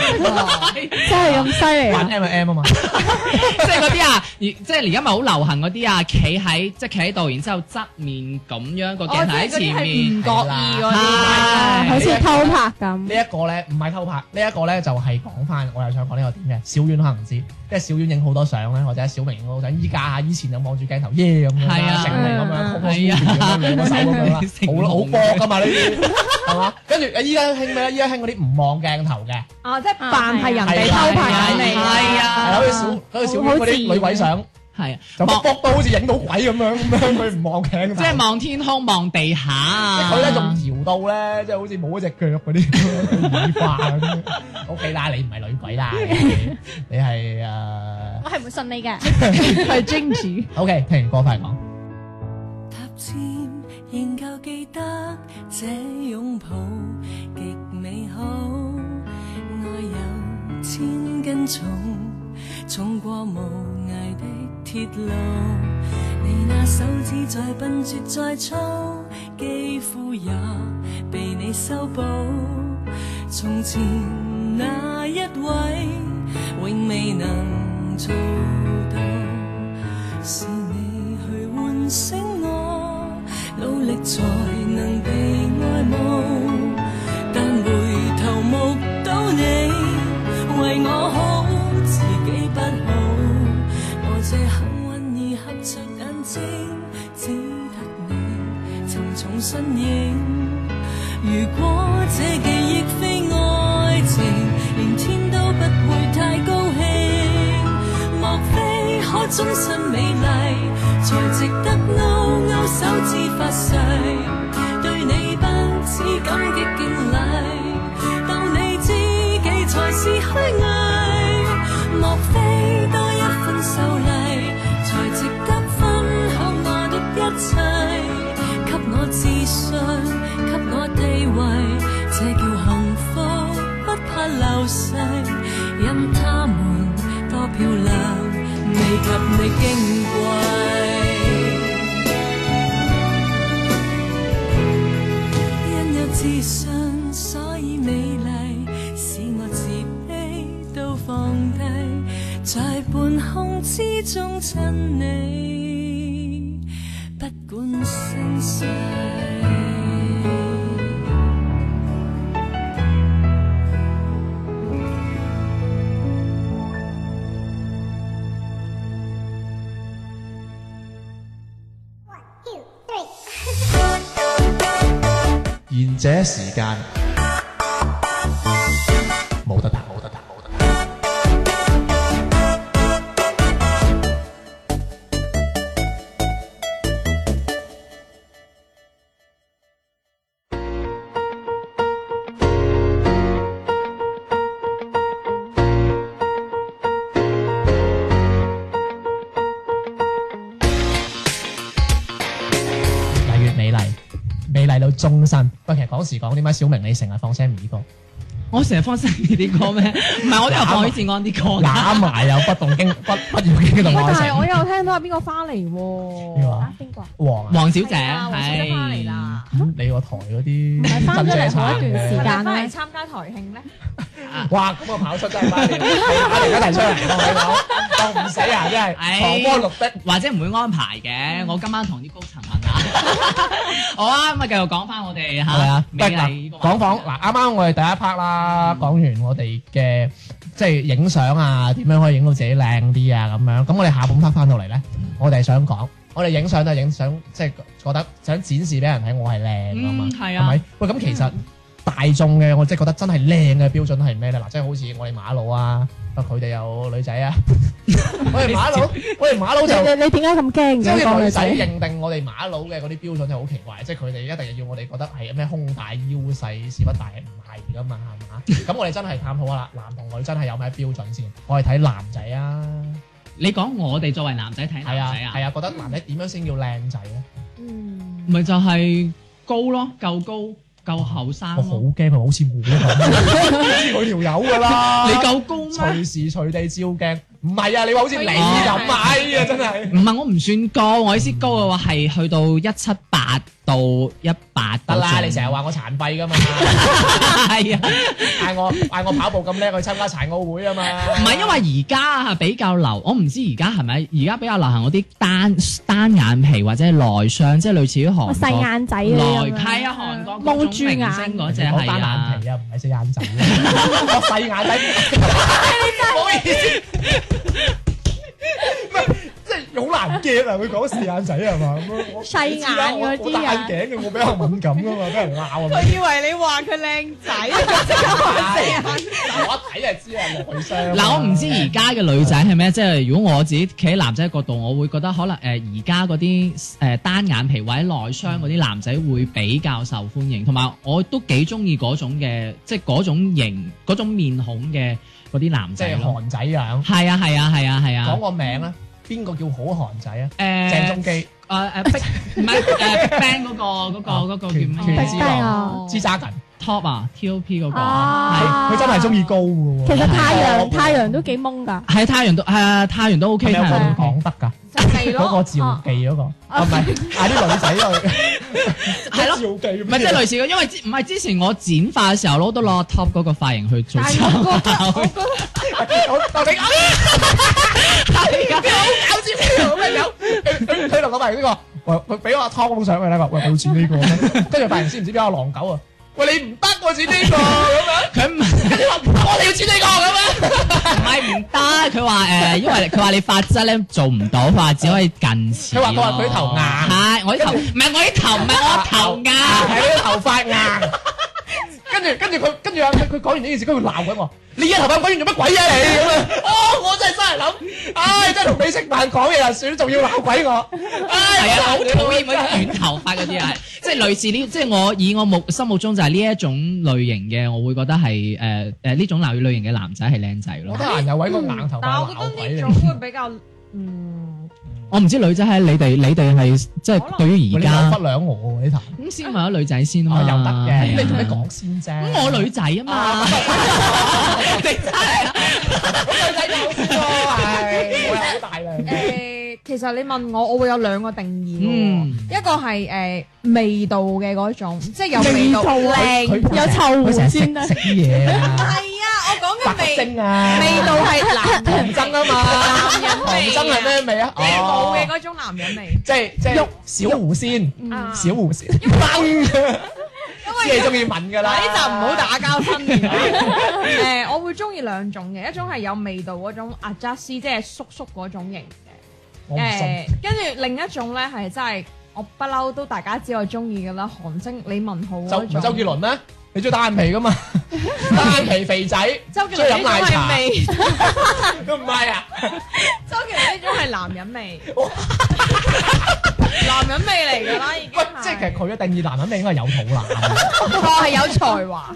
Speaker 5: 真係咁
Speaker 3: <laughs>
Speaker 5: 犀利
Speaker 2: 玩
Speaker 5: 啊！
Speaker 2: M M 啊嘛，
Speaker 3: 即係嗰啲啊，而即係而家咪好流行嗰啲啊，企喺即係企喺度，然之後側面咁樣個
Speaker 4: Ờ,
Speaker 3: 鏡頭
Speaker 4: 哦
Speaker 3: 喺
Speaker 4: 我知嗰
Speaker 3: 前面，
Speaker 4: 啲係唔覺意嗰
Speaker 3: 係
Speaker 2: À.
Speaker 4: 啲。
Speaker 5: 好似偷拍
Speaker 2: 呢
Speaker 5: 咁，
Speaker 2: 一個咧唔係偷拍，呢一個咧就係講翻，我又想講呢個點嘅。小遠可能唔知，即係小遠影好多相咧，或者小明影好多相。依家啊，以前就望住鏡頭耶咁樣
Speaker 3: 係
Speaker 2: 啦，
Speaker 3: 啊
Speaker 2: 成名咁樣，空空
Speaker 3: 係啊
Speaker 2: 咁樣兩個手咁樣啦，
Speaker 3: 成龍
Speaker 2: 好好搏噶嘛呢啲，係嘛？跟住依家興咩咧？依家興嗰啲唔望鏡頭嘅，
Speaker 4: 啊，即係扮係人哋偷拍緊你，
Speaker 3: 係啊
Speaker 2: 係好似小好似小遠嗰啲女鬼相，
Speaker 3: 係啊，
Speaker 2: 就
Speaker 3: 望
Speaker 2: 搏到好似影到鬼咁樣咁樣，佢唔望鏡頭
Speaker 3: 即。係望天空，望地下
Speaker 4: 哦
Speaker 3: 啊。
Speaker 2: 佢咧仲搖到咧，即係好似冇一隻腳嗰啲美化咁樣。O K 啦，你唔係女鬼啦，你你係誒
Speaker 5: 我係唔會信你嘅。
Speaker 4: 係 Jinji。
Speaker 2: O K，聽完歌翻嚟講。
Speaker 6: 塔尖仍舊記得這擁抱極美好，愛有千斤重，重過無涯的鐵路。你那手指再笨拙再粗，肌膚也被你修補。從前那一位。永未能做到，是你去喚醒我，努力才能被愛慕，但回頭目睹你為我好，自己不好，我這幸運兒合着眼睛，只得你沉重身影。如果這記憶非愛情，連天都不會太高興。莫非可終身美麗，才值得勾勾手指發誓，對你不止感激敬禮，當你知己才是虛偽。莫非多一份秀麗，才值得分享我的一切。給我自信，給我地位，這叫幸福，不怕流逝。因他們多漂亮，未及你矜貴。因有自信，所以美麗，使我自卑都放低，在半空之中親你，不管盛世。
Speaker 2: 贤者時間冇得彈，冇得彈，冇得彈。越嚟越美麗，美麗到終身。喂，其實講時講，點解小明你成日放聲兒歌，
Speaker 3: 我成日放星期啲歌咩？唔係，我都有
Speaker 4: 啊
Speaker 3: 放許志安啲歌㗎。
Speaker 2: 揦埋又不動經不不要經動
Speaker 4: 喂
Speaker 2: 愛
Speaker 4: 但係我
Speaker 2: 情。
Speaker 4: 又聽到係邊個花嚟
Speaker 2: 邊
Speaker 4: 喎
Speaker 2: 個？啊
Speaker 5: 邊個啊？
Speaker 2: 黃啊
Speaker 3: 黃小姐
Speaker 4: 係啊黃小姐翻嚟
Speaker 3: 係。
Speaker 4: 啦，
Speaker 2: 嗯你個台嗰啲
Speaker 5: 係翻咗嚟
Speaker 2: 真係慘
Speaker 5: 嗰一段時間
Speaker 4: 係咪翻嚟參加台慶咧？
Speaker 2: 哇！咁個跑出真係翻嚟，打嚟一齊出嚟，我同你講，當唔死啊！真係
Speaker 3: 哎
Speaker 2: 狂波綠的。
Speaker 3: 或者唔會安排
Speaker 2: 嗯
Speaker 3: 嘅，我今晚同啲高層
Speaker 2: <laughs>
Speaker 3: 問下。好啊，咁啊繼續講翻我哋
Speaker 2: 係
Speaker 3: 嚇
Speaker 2: 啊，
Speaker 3: 美
Speaker 2: 喂
Speaker 3: 麗啊
Speaker 2: 嗱
Speaker 3: 嗰個
Speaker 2: 講講嗱，啱啱我哋第一 part 啦，
Speaker 3: 嗯
Speaker 2: 講完我哋嘅即係影相啊，點樣可以影到自己靚啲啊咁樣。咁我哋下半 part 翻到嚟咧，我哋係想講，我哋影相都係影相，即係覺得想展示俾人睇我係靚啊嘛，
Speaker 3: 嗯係
Speaker 2: 係
Speaker 3: 啊
Speaker 2: 咪？喂，咁其實大眾嘅我即係覺得真係靚嘅標準係咩咧？嗱，即係好似我哋馬佬啊，啊佢哋有女仔
Speaker 3: <laughs>
Speaker 2: 啊，我哋馬佬，我哋馬佬就。
Speaker 5: 你你你點解咁驚
Speaker 2: 即係
Speaker 5: 嘅？
Speaker 2: 好似
Speaker 5: 個
Speaker 2: 女
Speaker 5: 女
Speaker 2: 仔
Speaker 5: 仔
Speaker 2: 認定我哋馬佬嘅嗰啲標準就好奇怪，即係佢哋一定係要我哋覺得係咩胸大腰細屎忽大，唔係噶嘛，係
Speaker 3: <laughs>
Speaker 2: 嘛？咁我哋真係探討下啦，男同女真係有咩標準先？我哋睇男仔啊，
Speaker 3: 你講我哋作為男仔睇
Speaker 2: 係
Speaker 3: 男
Speaker 2: 啊
Speaker 3: 仔，啊
Speaker 2: 係，啊，覺得男仔點樣先叫靚仔咧？
Speaker 5: 嗯，
Speaker 3: 咪就係高咯，夠高，夠後生
Speaker 2: 我好
Speaker 3: 咯。
Speaker 2: 驚佢好似我咁，好似佢條友噶啦，
Speaker 3: <laughs> 你夠高咩？
Speaker 2: 隨時隨地照鏡，唔係啊！你話好似你咁啊，哎呀，真係
Speaker 3: 唔係我唔算高，我意思高嘅話係去到一七八到一八
Speaker 2: 得啦！你成日話我殘廢噶嘛， <laughs>
Speaker 3: 係啊。
Speaker 2: 嗌我嗌我跑步咁叻去參加殘奧會啊嘛，
Speaker 3: 唔係因為而家啊比較流，我唔知而家係咪而家比較流行嗰啲單單眼皮或者係內雙，即係類似於韓國啊
Speaker 5: 我細眼仔
Speaker 3: 內
Speaker 5: 啊，
Speaker 3: 係啊，韓國
Speaker 5: 冇
Speaker 3: 嗰
Speaker 5: 住
Speaker 3: 種明星
Speaker 5: 眼。
Speaker 3: 嗰只
Speaker 2: 我
Speaker 3: 係
Speaker 2: 單眼
Speaker 3: 啊，
Speaker 2: 皮啊，唔係隻眼仔啊，
Speaker 3: <laughs>
Speaker 2: 我細眼仔。唔好意思，唔係即係好難 get 啊！佢講細眼仔係嘛咁樣我
Speaker 5: <laughs> 細眼嗰啲啊
Speaker 2: 我戴眼鏡嘅，我比較敏感噶嘛，俾人
Speaker 3: <laughs>
Speaker 2: 鬧啊！
Speaker 4: 以為你話佢靚 <laughs> 仔，
Speaker 2: 我一睇就知係內傷。
Speaker 3: 嗱，我唔知而家嘅女仔係咩，即係如果我自己企喺男仔角度，我會覺得可能誒而家嗰啲誒單眼皮或者內雙嗰啲男仔會比較受歡迎，同埋我都幾中意嗰種嘅，即係嗰種型嗰種面孔嘅嗰啲男
Speaker 2: 即
Speaker 3: 仔
Speaker 2: 係
Speaker 3: 咯。
Speaker 2: 韓仔樣，
Speaker 3: 係啊係啊係啊係啊
Speaker 2: 講！個名啦，邊個叫好韓仔啊？
Speaker 3: 誒
Speaker 2: 鄭中基、
Speaker 3: 誒誒 Big 唔係誒 Big Bang 嗰個嗰個
Speaker 2: 啊
Speaker 3: 嗰個叫
Speaker 2: 拳
Speaker 3: 咩
Speaker 2: 拳
Speaker 5: 知啊
Speaker 2: 支揸緊，
Speaker 3: Top 啊 TOP 嗰個
Speaker 2: 佢
Speaker 3: 啊
Speaker 5: 啊
Speaker 2: 佢真係中意高嘅喎。
Speaker 5: 其實太
Speaker 2: 我
Speaker 5: 陽太陽都幾懵㗎，
Speaker 3: 係係太陽都係啊太陽都 OK
Speaker 2: 係咪有
Speaker 3: 太陽
Speaker 2: 個唔
Speaker 3: 都 OK
Speaker 2: 講得㗎？
Speaker 4: 就係
Speaker 2: 嗰個趙
Speaker 4: 咯。
Speaker 2: 記嗰個，啊唔係，嗌啲女仔去，
Speaker 3: 係咯，
Speaker 2: 要記，
Speaker 3: 唔係即係類似嘅，因為之唔係之前我剪髮嘅時候攞到攞 top 嗰個髮型去做
Speaker 4: 但係
Speaker 3: 參
Speaker 4: 我覺得，
Speaker 3: 考
Speaker 4: 我，覺得
Speaker 2: 我你
Speaker 3: 係啊
Speaker 2: 搞知邊度咩友？佢佢佢同我埋呢個，喂，喂俾我阿湯窿上去啦，佢話喂冇剪呢個，跟住髮型師唔知邊個狼狗啊！喂，你唔得我剪呢個咁
Speaker 3: 佢唔
Speaker 2: 樣，我哋要剪呢個咁樣。
Speaker 3: 唔係唔得，佢話誒，因為佢話你髮質咧做唔到，佢話只可以近似咯。
Speaker 2: 佢話佢話佢頭硬
Speaker 3: 係我
Speaker 2: <laughs>
Speaker 3: 啲頭唔係我啲頭唔係我頭硬，
Speaker 2: 係你個頭髮硬。跟住跟住佢跟住啊佢佢講完呢件事，佢會鬧緊我。你而家頭髮講完做乜鬼啊你咁啊！哦，我真係真係諗，唉，真係同你食飯講嘢啊，算仲要鬧鬼我，唉，
Speaker 3: 係啊，好
Speaker 2: 真係
Speaker 3: 討厭嗰啲短頭髮嗰啲啊，即係類似呢，即係我以我目心目中就係呢一種類型嘅，我會覺得係誒誒呢種類類型嘅男仔係靚仔
Speaker 2: 我得。
Speaker 3: 咯
Speaker 2: 閒又揾個硬頭髮
Speaker 4: 但係
Speaker 2: 鬧
Speaker 4: 我覺
Speaker 2: 鬼
Speaker 4: 得
Speaker 2: 你
Speaker 4: 呢。種會比較嗯，
Speaker 3: 我唔知女仔喺你哋，你哋係即係對於而
Speaker 2: 你
Speaker 3: 家
Speaker 2: 又忽略我喎呢頭。
Speaker 3: 咁先問咗女仔先
Speaker 2: 啊
Speaker 3: 嘛，
Speaker 2: 又得嘅，
Speaker 3: 係
Speaker 2: 你做咩
Speaker 3: 啊
Speaker 2: 講先啫？
Speaker 3: 咁
Speaker 2: <laughs>
Speaker 3: 我女仔啊嘛，
Speaker 2: 女
Speaker 3: 你真係啊！
Speaker 2: 仔講先喎，係我又好大量。
Speaker 4: 誒，其實你問我，我會有兩個定義嘅喎
Speaker 3: 嗯
Speaker 4: 一個係誒味道嘅嗰種，即係有味道靚。
Speaker 2: 佢
Speaker 5: 有臭狐先得
Speaker 2: 佢成日食食啲嘢
Speaker 4: 係
Speaker 2: 啊，
Speaker 4: 啊，我講
Speaker 2: 白
Speaker 4: 嘅味
Speaker 2: 精啊，
Speaker 4: 味道係男人
Speaker 2: 唐僧啊嘛，
Speaker 4: 男人
Speaker 2: 唐
Speaker 4: 味
Speaker 2: 僧係咩味啊？
Speaker 4: 即係冇嘅
Speaker 2: 哦，
Speaker 4: 嗰種男人味。
Speaker 2: 即係即係小狐仙，
Speaker 4: 啊
Speaker 2: 小狐仙，崩即係中意聞㗎啦。
Speaker 4: 嗱呢集唔好打交分嘅。誒、我會中意兩種嘅，一種係有味道嗰種 a d j u s t 即係叔叔嗰種型
Speaker 2: 我
Speaker 4: 嘅。誒、
Speaker 2: 唔信。
Speaker 4: 跟住另一種咧係真係我不嬲都大家知我中意嘅啦，韓星李文浩
Speaker 2: 周
Speaker 4: 嗰
Speaker 2: 唔係
Speaker 4: 種。
Speaker 2: 周杰倫咩？你中意單眼皮㗎嘛？單眼皮肥仔，
Speaker 4: 周杰
Speaker 2: 中意飲
Speaker 4: 倫呢
Speaker 2: 奶
Speaker 4: 種係
Speaker 2: 茶，
Speaker 4: 味，
Speaker 2: 唔係啊？
Speaker 4: 周杰倫呢種係男人味。男人味嚟㗎啦，已經
Speaker 2: 喂，
Speaker 4: 係
Speaker 2: 即係其實佢嘅定義男人味應該係有肚腩。
Speaker 4: 我係有才華，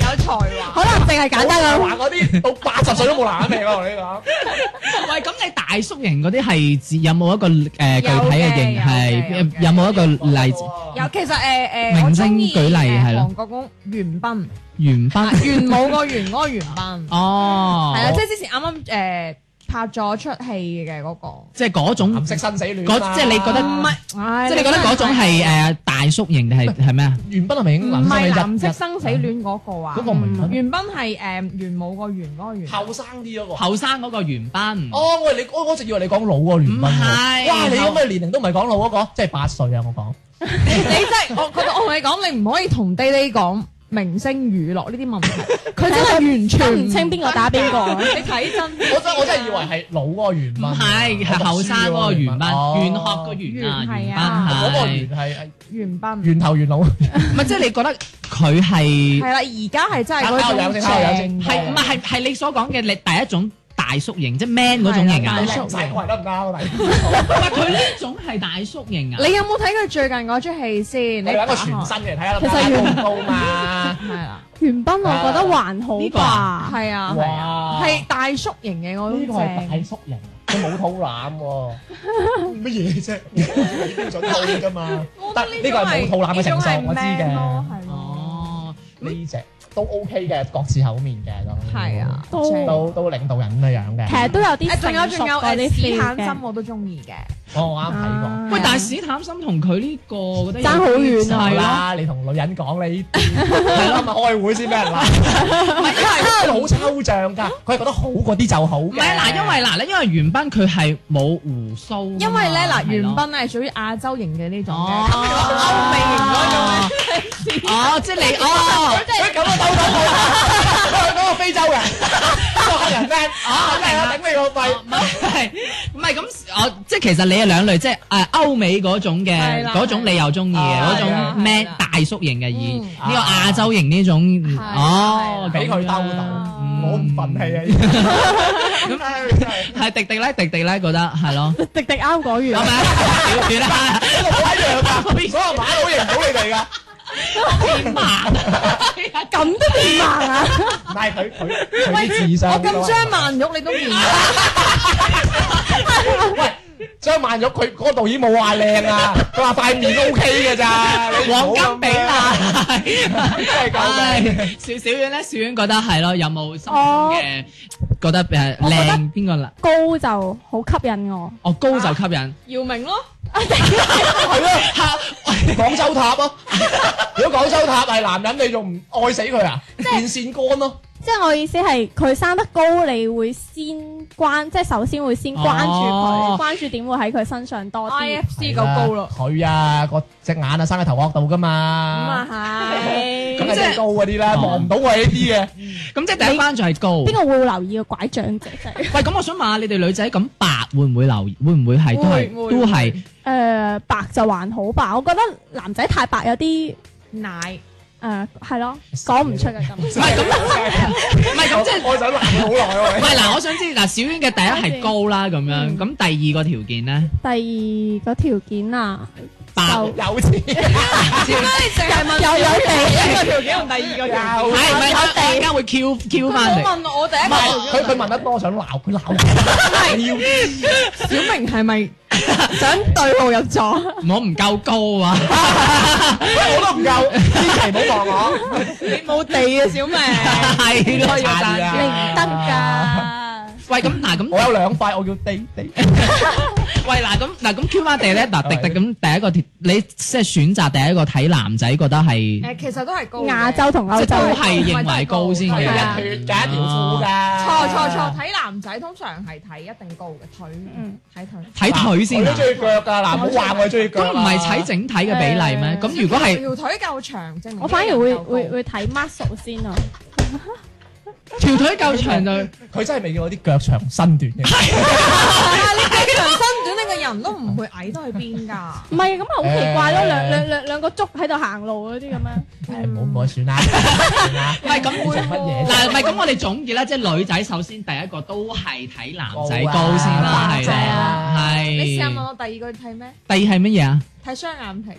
Speaker 4: 有才華。
Speaker 5: 可能淨係簡單
Speaker 2: 話嗰啲到八十歲都冇男人味喎，我同你講。
Speaker 3: 喂，咁你大叔型嗰啲係指有冇一個誒具體嘅型
Speaker 4: 有嘅有
Speaker 3: 係
Speaker 4: 嘅
Speaker 3: 有冇一個例子？
Speaker 2: <laughs>
Speaker 4: 有其實誒誒，我
Speaker 3: 明星
Speaker 4: 中意
Speaker 3: 舉例係
Speaker 4: 誒
Speaker 3: 咯
Speaker 4: 韓國公元彬。
Speaker 3: 元斌
Speaker 4: 元啊武個元嗰個元彬，
Speaker 3: 哦
Speaker 4: 係，啦，即係之前啱啱誒拍咗出戲嘅嗰個，
Speaker 3: 即係嗰種，
Speaker 2: 藍
Speaker 3: 即
Speaker 2: 色生死戀
Speaker 3: 嗰即係你覺得唔係
Speaker 4: 係啊
Speaker 3: 係你覺得嗰種係誒大叔型定係係咩啊？
Speaker 2: 袁斌係咪已經
Speaker 4: 唔係
Speaker 2: 藍
Speaker 4: 藍
Speaker 2: 色
Speaker 4: 色
Speaker 2: 入
Speaker 4: 生死戀嗰個啊
Speaker 2: 嗯嗰？個明
Speaker 4: 元彬係誒元武個元嗰個元，
Speaker 2: 後生啲嗰個？
Speaker 3: 後生嗰個元斌，
Speaker 2: 哦，我以為你我我一直以為你講老嗰個袁斌
Speaker 3: 唔
Speaker 2: 喎。
Speaker 3: 係
Speaker 2: 哇！你咁嘅年齡都唔係講老嗰個，即係八歲啊！我講
Speaker 4: 你真係我覺得我同你講，你唔可以同低低講明星娛樂呢啲問題，佢真係完全
Speaker 5: 分唔清邊個打邊個
Speaker 4: <laughs> 你睇真啲，
Speaker 2: 我真我真係以為係老嗰個袁
Speaker 3: 唔
Speaker 2: 斌，
Speaker 3: 係係後生嗰個元
Speaker 2: Ờ.
Speaker 3: 斌，玄學個元啊，
Speaker 4: 元係
Speaker 2: 嗰
Speaker 4: 啊
Speaker 2: 個
Speaker 3: 元
Speaker 2: 袁
Speaker 3: 斌係，
Speaker 2: 係
Speaker 4: 元彬。
Speaker 2: 源頭元老，
Speaker 3: 唔係即係你覺得佢係
Speaker 4: 係啦，而家係真
Speaker 2: 打
Speaker 4: 係嗰
Speaker 2: 交友
Speaker 4: 種
Speaker 2: 先打交友先
Speaker 4: 正
Speaker 3: 係唔係係係你所講嘅你第一種大叔型，即係 man 嗰種型啊
Speaker 2: <laughs>
Speaker 4: 係？啦
Speaker 2: 靚仔我係得唔啱啊？
Speaker 3: 喂，佢呢種係大叔型啊？
Speaker 4: 你有冇睇佢最近嗰出戲先？
Speaker 3: 嗯
Speaker 2: 你
Speaker 4: 你
Speaker 2: 兩個
Speaker 4: 打
Speaker 2: 全
Speaker 4: 開
Speaker 2: 身嘅睇下
Speaker 5: 其實
Speaker 2: 高唔
Speaker 5: 袁
Speaker 2: 高嘛？
Speaker 3: <laughs>
Speaker 4: 係啦，
Speaker 5: 袁斌我覺得還好
Speaker 3: 呢個
Speaker 5: 吧
Speaker 3: 啊，
Speaker 4: 係啊，係啊。
Speaker 2: 哇！
Speaker 4: 係大叔型嘅嗰
Speaker 2: 呢
Speaker 4: 種
Speaker 2: 個係大
Speaker 4: 正，
Speaker 2: 叔型，佢冇肚腩
Speaker 3: <laughs>
Speaker 2: 喎，乜嘢啫？標準套㗎
Speaker 3: <laughs>
Speaker 2: 嘛，但呢個係冇肚腩嘅情況，我知嘅。
Speaker 4: 係咯，
Speaker 3: 哦，
Speaker 2: 呢只都 OK 嘅，各自口面嘅都
Speaker 4: 係啊，，
Speaker 5: 都
Speaker 4: 正
Speaker 2: 都都領導人咁嘅樣
Speaker 5: 其實
Speaker 2: 嘅。
Speaker 5: 啊都有啲
Speaker 4: 誒仲有
Speaker 5: 成熟
Speaker 4: 仲有
Speaker 5: 嗰啲
Speaker 4: 誒斯
Speaker 5: feel
Speaker 4: 坦森
Speaker 5: 嘅。
Speaker 4: 我都中意嘅，
Speaker 2: 我我啱睇過。
Speaker 3: 喂，但係史坦森同佢呢個，我覺得有
Speaker 5: 爭好遠啊
Speaker 2: 係
Speaker 3: 係咯，
Speaker 2: 啦，你同女人講
Speaker 3: <laughs>
Speaker 2: 你係咯，咪開會先俾人鬧，唔係 <laughs> 因為好抽象㗎，佢係覺得好嗰啲就好嘅。
Speaker 3: 唔係啊嗱，因為嗱咧，因為元彬佢係冇胡鬚啊㗎嘛，
Speaker 4: 因為咧嗱，
Speaker 3: 係
Speaker 4: 袁
Speaker 3: 咯
Speaker 4: 彬咧係屬於亞洲型嘅呢種
Speaker 3: 哦，
Speaker 4: 嘅，歐美型 <laughs> 嗰
Speaker 3: 種，哦，即係你哦，
Speaker 2: 佢咁都兜到我，佢嗰個非洲人，嗰個黑人 friend，啊，真係啊，頂你個肺！
Speaker 3: 唔係唔係咁，我即係其實你係兩類，即係誒歐美嗰種
Speaker 4: 係
Speaker 3: 嘅
Speaker 4: 啦
Speaker 3: 嗰種你又中意嘅
Speaker 2: 啊
Speaker 3: 嗰種
Speaker 2: 係啦
Speaker 4: 係
Speaker 3: man
Speaker 4: 啦
Speaker 3: 大叔型嘅，
Speaker 4: 嗯
Speaker 3: 而呢個亞洲型呢種嗯
Speaker 4: 啦
Speaker 3: 哦，
Speaker 2: 俾佢兜到，
Speaker 3: 咁樣
Speaker 2: 我唔憤氣啊！咁唉真係
Speaker 3: 係迪迪咧，迪迪咧覺得係咯，
Speaker 5: 迪迪啱講
Speaker 3: 咁
Speaker 5: 完， <laughs>
Speaker 3: 咪屌啦，
Speaker 2: 呢個唔一樣㗎，所有馬佬認唔到你哋㗎。
Speaker 3: 天麻
Speaker 5: 咁都變盲啊！
Speaker 2: 唔係佢佢佢啲智商。
Speaker 4: 我咁張曼玉你都 <laughs> 見過，
Speaker 2: à? 喂，張曼玉佢嗰個導演冇話靚啊，佢話塊面 O K 嘅咋，你唔好
Speaker 3: 黃
Speaker 2: 咁
Speaker 3: 金比 à? 例，
Speaker 2: 樣，真係咁嘅。
Speaker 3: 係小小遠咧，小遠覺得係咯，有冇心目中
Speaker 5: 哦
Speaker 3: 嘅覺得誒
Speaker 5: 我覺得
Speaker 3: 靚邊個啦？
Speaker 5: 高就 <laughs> 好吸引我，
Speaker 3: 哦，高就吸引。
Speaker 4: 姚明咯，
Speaker 2: 係咯，
Speaker 3: 嚇喂
Speaker 2: 廣州塔啊！如果廣州塔係男人，你仲唔愛死佢啊？電線杆咯，
Speaker 5: 即係我意思係佢生得高，你會先關，即係首先會先關注
Speaker 3: 哦
Speaker 5: 佢，關注點會喺佢身上多啲。
Speaker 4: IFC 夠高咯，
Speaker 2: 佢啊個隻眼啊生喺頭殼度噶
Speaker 4: 咁
Speaker 2: 嘛，
Speaker 4: 啊係。
Speaker 2: 咁
Speaker 3: 即係
Speaker 2: 係高嗰啲啦，
Speaker 3: 哦
Speaker 2: 望唔到我哋呢啲嘅。
Speaker 3: 咁即係第一關就係高。
Speaker 5: 邊個會留意個拐杖姐姐？
Speaker 3: 喂，咁我想問下你哋女仔咁白會唔會留意？會唔會係都
Speaker 4: 會
Speaker 3: 係
Speaker 4: 會
Speaker 3: 都係？
Speaker 5: 誒、白就還好吧，我覺得男仔太白有啲
Speaker 4: 奶
Speaker 5: 誒係咯，講唔出嘅咁。
Speaker 3: <laughs> 唔係咁，唔
Speaker 5: <laughs>
Speaker 3: 係咁即係。
Speaker 2: 我想鬧佢好耐啊！
Speaker 3: 唔 <laughs>
Speaker 2: 喂
Speaker 3: 係嗱，我想知嗱，小丸嘅第一係高啦，咁樣，
Speaker 5: 嗯
Speaker 3: 咁第二個條件咧，
Speaker 5: 第二個條件啊，
Speaker 3: 白
Speaker 5: 就
Speaker 2: 有錢，
Speaker 4: 點解你淨係問
Speaker 5: 有有
Speaker 4: 第一個條件同第二個條
Speaker 3: 係
Speaker 2: 有錢
Speaker 3: 唔係？我我而家會 Q Q 翻
Speaker 4: 件？
Speaker 3: 嚟，
Speaker 4: 冇問我第一
Speaker 2: 唔係佢佢問得多想鬧佢鬧佢，你要
Speaker 4: 小明係咪想對號入座？
Speaker 3: 我唔夠高啊！
Speaker 2: 我都唔夠，千祈唔好望我。
Speaker 4: 你冇地啊，小明。
Speaker 3: 係咯，
Speaker 2: 要
Speaker 3: 賺
Speaker 2: 賺
Speaker 5: 你
Speaker 3: 錢
Speaker 5: 唔得㗎。
Speaker 3: 喂，咁嗱，咁
Speaker 2: 我有兩塊，我叫地地。
Speaker 3: 喂嗱，咁嗱，咁 Q 翻地咧，嗱，迪迪咁第一個條，你即係選擇第一個睇男仔，覺得係
Speaker 4: 誒，其實都係高嘅。
Speaker 5: 亞洲同歐
Speaker 3: 即係
Speaker 5: 洲
Speaker 3: 都係認為高先
Speaker 4: 係
Speaker 3: 嘅。
Speaker 4: 啊
Speaker 2: 一血㗎，一條褲㗎。
Speaker 4: 錯錯錯，睇男仔通常係睇一定高嘅腿
Speaker 5: 嗯，
Speaker 4: 睇腿。
Speaker 3: 睇腿先
Speaker 2: 我
Speaker 3: 啊
Speaker 2: 都！中意腳㗎，嗱，唔好話我係中意腳
Speaker 3: 咁
Speaker 2: 啊。
Speaker 3: 唔係睇整體嘅比例
Speaker 5: 誒
Speaker 3: 咩？咁如果係
Speaker 4: 條腿夠長，證明
Speaker 5: 我反而會會
Speaker 4: 會
Speaker 5: 會睇 muscle 先啊，
Speaker 3: 條腿夠長就
Speaker 2: 佢真係未見我啲腳長身短嘅。
Speaker 4: 啊！你睇長身短，你個人都唔會矮得去邊㗎。
Speaker 5: 唔係咁啊好奇
Speaker 2: 誒
Speaker 5: 怪咯，兩兩兩兩個竹喺度行路嗰啲
Speaker 2: <laughs>
Speaker 5: 咁樣，嗯
Speaker 2: 唉唔好唔好算
Speaker 3: <laughs>
Speaker 2: 啦，算啦
Speaker 3: 唔係咁
Speaker 2: 做乜嘢啫？
Speaker 3: 嗱，唔係咁，我哋總結啦，即係女仔首先第一個都係睇男仔高先啦，
Speaker 2: 啊
Speaker 3: 係啦，
Speaker 4: 你試下
Speaker 3: 係。
Speaker 4: 問我第二個睇咩？
Speaker 3: 第二係乜嘢啊？
Speaker 4: 睇雙眼皮，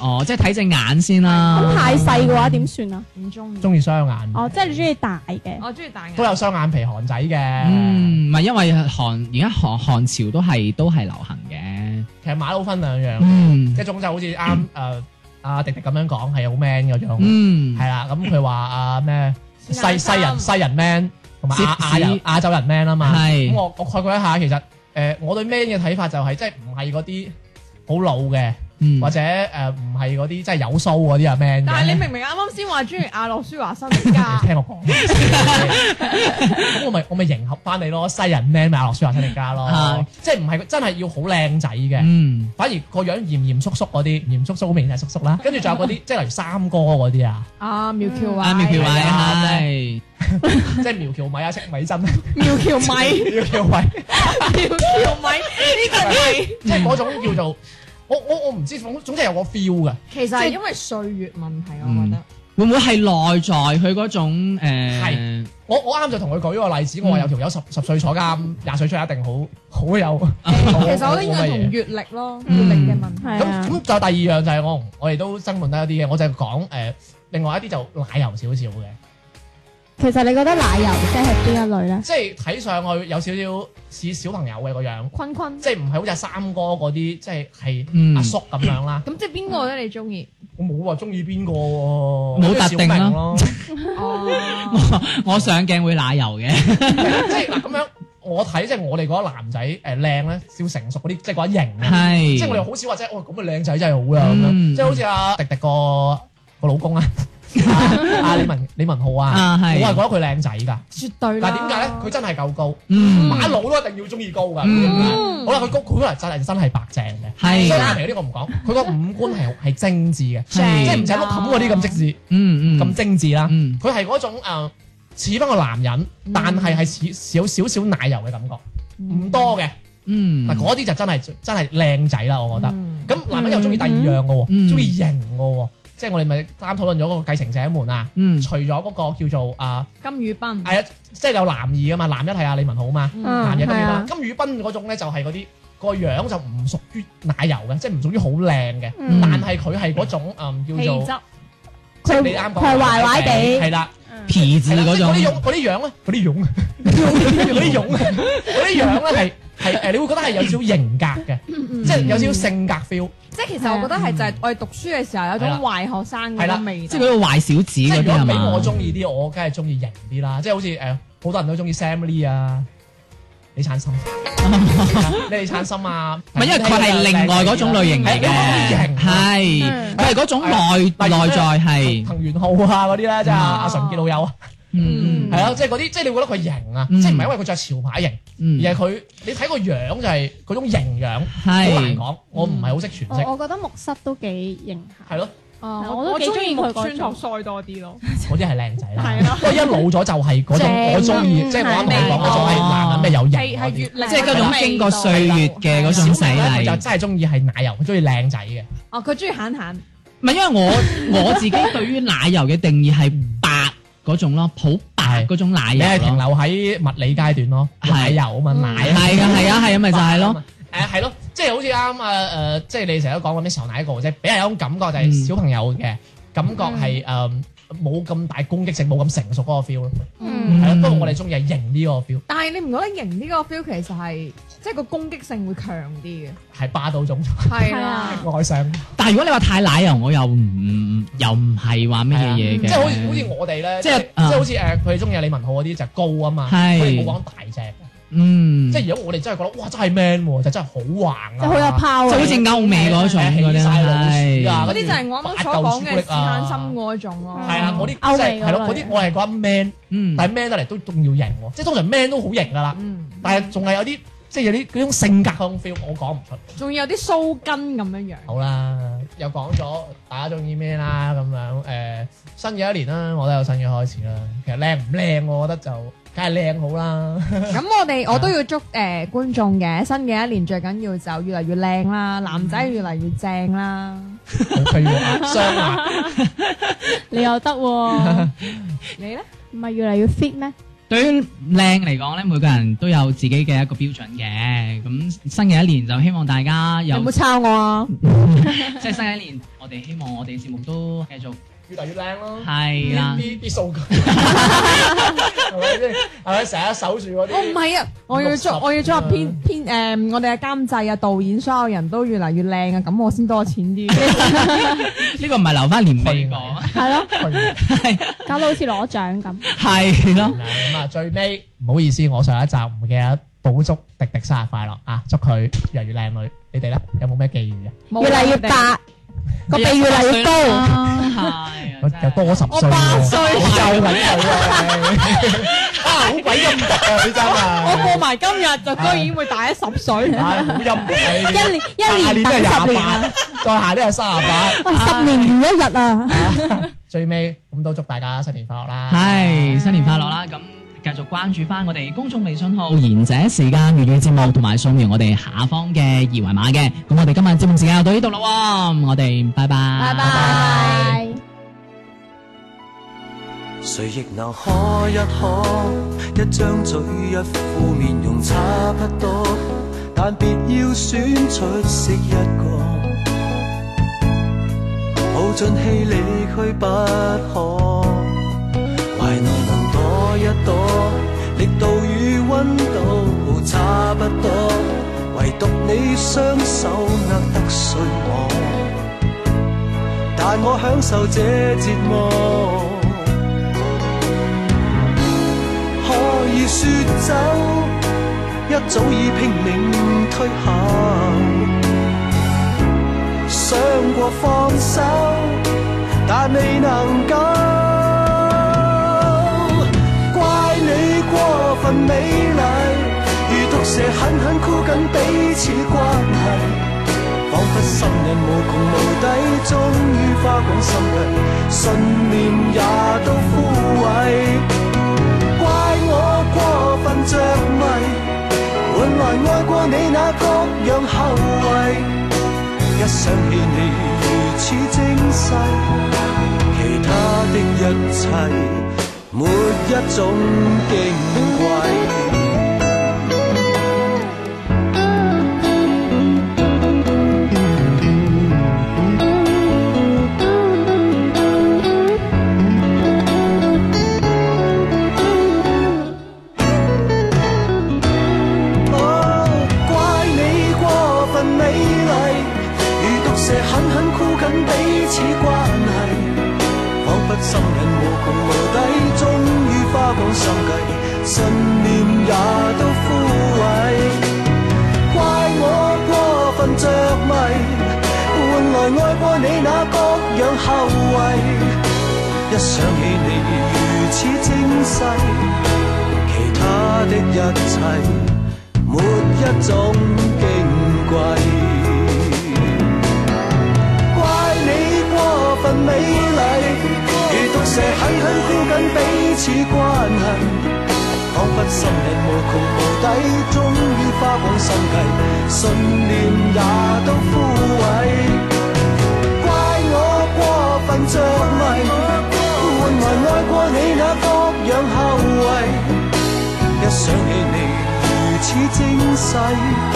Speaker 3: 哦，即係睇隻眼先
Speaker 5: 咁
Speaker 3: 啦。
Speaker 5: 太細嘅話點算啊？
Speaker 4: 唔中意。
Speaker 2: 中意雙眼，
Speaker 5: 哦，即係你中意大
Speaker 2: 哦
Speaker 5: 嘅，
Speaker 4: 我中意大眼
Speaker 2: 都。有雙眼皮韓仔嘅。
Speaker 3: 嗯，唔係因為韓而家韓韓潮都係都係流行嘅。
Speaker 2: 其實馬騮分兩樣，
Speaker 3: 嗯
Speaker 2: 一種就好似啱誒阿迪迪咁樣講係好 man 嗰種，
Speaker 3: 嗯，
Speaker 2: 係啦。咁佢話啊
Speaker 3: <laughs>
Speaker 2: 咩西西人西人 man 同埋亞亞人亞洲人 man 啊嘛。
Speaker 3: 係
Speaker 2: 咁我我概括一下，其實誒我對 man 嘅睇法就係即係唔係嗰啲好老嘅，
Speaker 3: 嗯
Speaker 2: 或者誒唔係嗰啲即係有須嗰啲啊 man 嘅。
Speaker 4: 但係你明明啱啱先話中意阿諾舒華辛加
Speaker 2: <laughs> 你，聽我講，咁我咪我咪迎合翻你咯，西人 man 咪阿諾舒華辛力加咯
Speaker 4: 啊
Speaker 3: 係，
Speaker 2: 即係唔係真係要好靚仔嘅，
Speaker 3: 嗯
Speaker 2: 反而個樣嚴嚴肅肅嗰啲，嚴肅肅好明顯係叔叔啦，跟住仲有嗰啲
Speaker 4: <laughs>
Speaker 2: 即係例如三哥嗰啲啊，
Speaker 4: 啊苗僑
Speaker 3: 啊，苗僑
Speaker 4: 偉，
Speaker 3: 偉
Speaker 2: 係啊
Speaker 3: 係
Speaker 2: 即係苗僑米啊、戚米珍、
Speaker 4: <laughs> 苗僑米，
Speaker 2: 苗僑 <laughs> 米，
Speaker 4: 苗僑米呢個係
Speaker 2: 即係嗰種叫做我我我唔知，總總之有個 feel 嘅，
Speaker 4: 其實係因為歲月問題，我覺得。
Speaker 3: 會唔會係內在佢嗰種誒
Speaker 2: 係我我啱就同佢舉個例子，我話有條友十十歲坐監，廿歲出嚟一定好好有，
Speaker 4: <laughs> 其
Speaker 2: 其
Speaker 4: 實我覺得應該同閱歷咯，閱
Speaker 3: 嗯
Speaker 4: 歷嘅問題。
Speaker 5: 係
Speaker 2: 咁
Speaker 5: 啊
Speaker 2: 咁，就第二樣就係我同我哋都爭論得一啲嘅，我就係講誒，另外一啲就奶油少少嘅，
Speaker 5: 其實你覺得奶油即係邊一類咧？
Speaker 2: 即係睇上去有少少似小朋友嘅個樣，
Speaker 4: 坤坤，
Speaker 2: 即係唔係好似阿三哥嗰啲，即係係
Speaker 3: 嗯
Speaker 2: 阿叔咁樣啦。
Speaker 4: 咁即係邊個咧？你
Speaker 5: <laughs>
Speaker 4: 中意？
Speaker 2: 我冇話中意邊個喎，
Speaker 3: 冇特定啦
Speaker 2: 小明咯，
Speaker 4: 哦，
Speaker 3: <laughs> 我上鏡會奶油嘅，
Speaker 2: <laughs> 即係嗱咁樣，我睇即係我哋覺得男仔誒靚咧，少成熟嗰啲，即係嗰一型啊，
Speaker 3: 係
Speaker 2: 即係我哋好少話即係哦咁嘅靚仔真係好啦咁樣，
Speaker 3: 嗯
Speaker 2: 即係好似阿迪迪個個老公啊，阿阿李文李文浩啊，
Speaker 3: 啊
Speaker 2: 我係
Speaker 3: 係，
Speaker 2: 覺得佢靚仔㗎。
Speaker 4: 絕對啦。
Speaker 2: 但係點解咧？佢真係夠高，
Speaker 3: 嗯
Speaker 2: 馬佬都一定要中意高㗎。
Speaker 3: 嗯
Speaker 2: 好啦，佢高，佢可能真係真係白淨嘅。
Speaker 3: 係
Speaker 2: 所以阿皮呢個唔講，佢個五官係係精緻嘅，
Speaker 3: 係
Speaker 2: 即係唔使碌冚嗰啲咁精
Speaker 3: 嗯
Speaker 2: 緻
Speaker 3: 嗯
Speaker 2: 咁精緻啦。
Speaker 3: 嗯
Speaker 2: 佢係嗰種誒似翻個男人，但係係似少少少奶油嘅感覺，唔多嘅。
Speaker 3: 嗯
Speaker 2: 嗱嗰啲就真係真係靚仔啦，我覺得。
Speaker 4: 嗯
Speaker 2: 咁男人又中意第二樣嘅
Speaker 3: 嗯
Speaker 2: 喎，中意型嘅喎，即係我哋咪啱討論咗嗰個繼承者們啊，
Speaker 3: 嗯
Speaker 2: 除咗嗰個叫做啊
Speaker 4: 金宇彬，
Speaker 2: 係啊，即係有男二啊嘛，男一係阿李文浩嘛。
Speaker 5: 嗯
Speaker 2: 男嘅金
Speaker 5: 係
Speaker 2: 魚啦
Speaker 5: 啊，
Speaker 2: 金魚賓嗰種咧就係嗰啲個樣就唔屬於奶油嘅，即係唔屬於好靚嘅，
Speaker 5: 嗯
Speaker 2: 但係佢係嗰種嗯叫
Speaker 4: 氣
Speaker 2: 做
Speaker 4: 質
Speaker 2: 即係
Speaker 5: 佢
Speaker 2: 你啱講
Speaker 5: 佢係壞壞
Speaker 2: 係
Speaker 5: 地，
Speaker 2: 啦，
Speaker 3: 皮子
Speaker 2: 係啦
Speaker 3: 嗰
Speaker 2: 即係嗰啲
Speaker 3: 種
Speaker 2: 樣，嗰啲樣咧，嗰啲樣，
Speaker 5: <laughs>
Speaker 2: 嗰啲樣，嗰啲樣咧係係誒，你會覺得係有少少型格嘅，
Speaker 5: 嗯
Speaker 2: 即係有少少性格 feel，
Speaker 4: 即係其實我覺得係就係我哋讀書嘅時候有種壞學生
Speaker 2: 係
Speaker 4: 嗰
Speaker 2: 啦
Speaker 4: 種味道
Speaker 3: 即係嗰。個壞小子
Speaker 2: 即係如
Speaker 3: 嗰啲係
Speaker 2: 果俾
Speaker 3: 嘛？
Speaker 2: 我中意啲，我梗係中意型啲啦，即係好似誒好多人都中意 Sam Lee 啊，李燦
Speaker 3: <laughs>
Speaker 2: 森，你李燦森啊，
Speaker 3: 唔係因為佢係另外嗰種類型嚟
Speaker 2: 係你
Speaker 3: 嘅，
Speaker 2: 可以
Speaker 3: 係
Speaker 5: 嗯
Speaker 3: 佢係嗰種內
Speaker 2: 例如
Speaker 3: 內在係
Speaker 2: 型，，啊藤原浩啊嗰啲咧，即係阿
Speaker 4: 嗯
Speaker 2: 阿純潔老友啊，
Speaker 3: 嗯
Speaker 2: 係咯，即係嗰啲，即係你會覺得佢型啊，
Speaker 3: 嗯
Speaker 2: 即係唔係因為佢着潮牌型，
Speaker 3: 嗯
Speaker 2: 而係佢你睇個樣就係嗰種型樣，好難
Speaker 3: 係嗯
Speaker 2: 講，我唔係好識詮釋，
Speaker 5: 我我覺得木室都幾型下。
Speaker 2: 係咯，
Speaker 4: 哦
Speaker 5: 我都幾
Speaker 4: 鍾
Speaker 5: 鍾意
Speaker 4: 木
Speaker 5: 佢嗰
Speaker 4: 村
Speaker 5: 種
Speaker 4: 拓哉多啲咯。
Speaker 2: 嗰啲係靚仔啦
Speaker 5: 係啦，
Speaker 2: 不過一老咗就係嗰種
Speaker 5: 正
Speaker 2: 我中意，即係我啱同你講嗰種
Speaker 3: 哦
Speaker 2: 係男人咩有型嗰
Speaker 4: 啊係係
Speaker 2: 啲
Speaker 4: 越。靚
Speaker 3: 即係嗰種經過歲月嘅嗰
Speaker 2: 小
Speaker 3: 種洗
Speaker 2: 明咧佢就
Speaker 3: 禮。
Speaker 2: 真係中意係奶油，佢中意靚仔
Speaker 3: 啊
Speaker 2: 嘅。
Speaker 4: 哦，佢中意閒閒，
Speaker 3: 唔係因
Speaker 2: <laughs>
Speaker 3: 為我我自己對於奶油嘅定義係白嗰種咯，普白嗰種奶
Speaker 2: 你係
Speaker 3: 油
Speaker 2: 停
Speaker 3: 咯。
Speaker 2: 留喺物理階段咯，
Speaker 3: 嗯係
Speaker 2: 奶油啊嘛，奶啊
Speaker 3: 係啊係啊係啊，咪就
Speaker 2: <laughs>
Speaker 3: 係咯。。
Speaker 2: 誒係咯，即係好似啱啊誒，即係你成日都講緊啲受奶一個啫，俾人有種感覺就
Speaker 3: 嗯
Speaker 2: 係小朋友嘅感覺係誒冇咁大攻擊性，冇咁成熟嗰個 feel 咯。
Speaker 5: 嗯
Speaker 2: 係啊咯，不過我哋中意係型呢個 feel，
Speaker 4: 但係你唔覺得型呢個 feel 其實係即係個攻擊性會強啲嘅？
Speaker 2: 係霸道
Speaker 3: <laughs>
Speaker 2: 總裁
Speaker 4: 係
Speaker 5: 啊
Speaker 2: 愛上。
Speaker 3: 但係如果你話太奶油，我又唔唔又唔係話乜嘢嘢嘅。
Speaker 2: 即係好似好似我哋咧，即
Speaker 3: 嗯即
Speaker 2: 係
Speaker 3: 係啊
Speaker 2: 即係好似誒，呃佢哋中意李文浩嗰啲就高啊嘛，
Speaker 3: 係
Speaker 2: 佢哋冇講大隻嘅，
Speaker 3: 嗯，
Speaker 2: 即
Speaker 3: 即
Speaker 2: 係
Speaker 3: 係
Speaker 2: 如果我哋真係覺得哇真係 man 喎，就真係好橫
Speaker 5: 即係好有
Speaker 2: 啊，
Speaker 5: 炮
Speaker 3: 就好似
Speaker 5: 啊！
Speaker 3: 歐美嗰種
Speaker 2: 誒
Speaker 3: 嗰
Speaker 2: 起
Speaker 3: 啲
Speaker 2: 晒老鼠啊
Speaker 3: 係
Speaker 4: 嗰啲就係我啱啱所講嘅試探心嗯嗰種咯。
Speaker 2: 係啊，嗰啲即
Speaker 5: 歐
Speaker 2: 係
Speaker 5: 美嗰類
Speaker 2: 係咯，嗰啲我係覺得 man，
Speaker 3: 嗯
Speaker 2: 但係 man 得嚟都仲要型喎，即係通常 man 都好型㗎啦，
Speaker 4: 嗯，
Speaker 2: 但係仲係有啲即係有啲嗰種性格嗰種 feel，我講唔出。
Speaker 4: 仲要有啲鬚根咁樣樣。
Speaker 2: 好啦，又講咗大家中意咩啦，咁樣誒新嘅一年啦，我都有新嘅開始啦。其實靚唔靚，我覺得就梗係靚好啦。
Speaker 4: <laughs> 咁我哋我都要祝誒觀眾嘅新嘅一年最緊要就越嚟越靚啦，男仔越嚟越正啦。
Speaker 2: 好佢要雙眼。
Speaker 3: <laughs>
Speaker 5: 你又
Speaker 2: <laughs>
Speaker 5: 得喎，
Speaker 4: 你咧？
Speaker 5: 唔係越嚟越 fit 咩？
Speaker 3: 對於靚嚟講咧，每個人都有自己嘅一個標準嘅。咁新嘅一年就希望大家
Speaker 4: 有
Speaker 3: 有
Speaker 4: 冇抄我啊？
Speaker 3: 即係新嘅一年，我哋希望我哋節目都繼續
Speaker 2: 越嚟越靚咯。
Speaker 3: 係啦。
Speaker 2: 啲啲
Speaker 3: <laughs>
Speaker 2: 數據係咪先？係咪成日守住嗰
Speaker 4: 我
Speaker 2: 啲？
Speaker 4: 唔係啊，我要祝我要祝編編誒我哋嘅監製啊、導演所有人都越嚟越靚啊，咁我先多
Speaker 5: <laughs>
Speaker 4: 錢啲。
Speaker 3: 呢個唔係留翻年尾講，
Speaker 5: 係咯，
Speaker 2: 係
Speaker 5: 搞到好似攞獎咁。
Speaker 3: 係
Speaker 2: <laughs>
Speaker 3: 咯。
Speaker 2: 咁啊，最尾唔好意思，我上一集唔記得補足迪迪生日快樂啊！祝佢越嚟越靚女。你哋咧有冇咩寄語啊？
Speaker 4: 越
Speaker 5: 越嚟越白，個鼻越嚟越高。
Speaker 2: 我
Speaker 3: 係
Speaker 2: 又多我十歲
Speaker 4: 我八
Speaker 2: 喎，
Speaker 4: 歲
Speaker 2: 我就緊佢啊！啊，好鬼陰毒啊！你真
Speaker 4: <laughs> 我
Speaker 2: 係
Speaker 4: 過埋今日就居然會大咗十歲。
Speaker 2: 啊，好陰毒啊！
Speaker 5: <laughs> 一年
Speaker 2: 下
Speaker 5: 一年
Speaker 2: 都
Speaker 5: 等
Speaker 2: 係廿
Speaker 5: 十年啊！
Speaker 2: 八，再下年係三十八。
Speaker 5: 喂，十年如一日啊！
Speaker 2: 最尾咁都祝大家新年快樂啦！
Speaker 3: 係新年快樂啦！咁繼續關注翻我哋公眾微信號《賢者時間粵語節目》，同埋掃描我哋下方嘅二維碼嘅。咁我哋今日節目時間就到呢度啦喎，我哋拜拜，拜
Speaker 5: 拜。
Speaker 7: 誰亦能可一可，一張嘴一副面容差不多，但別要選出色一個，耗盡氣力去不可。懷內能躲一躲，力度與温度差不多，唯獨你雙手握得碎我，但我享受這折磨。可以說走，一早已拼命退後。想過放手，但未能夠。怪你過分美麗，如毒蛇狠狠箍緊彼此關係，彷彿心癮無窮無底，終於花光心力，信念也都枯萎。怪我過分着迷，換來愛過你那各樣後遺。一想起你如此精細，其他的一切沒一種矜貴。哦，怪你過分美麗，如毒蛇狠狠箍緊彼此關係，彷彿心癮無窮無底，終於花光心計，信念也都枯萎。愛過你那各樣後遺，一想起你如此精細，其他的一切沒一種矜貴。怪你過分美麗，如毒蛇狠狠箍緊彼此關係，彷彿心力無窮無底，終於花光心計，信念也都枯萎。怪我過分着迷，換來愛過你那各樣後遺，一想起你如此精細。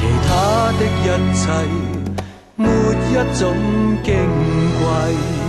Speaker 7: 其他的一切，沒一種矜貴。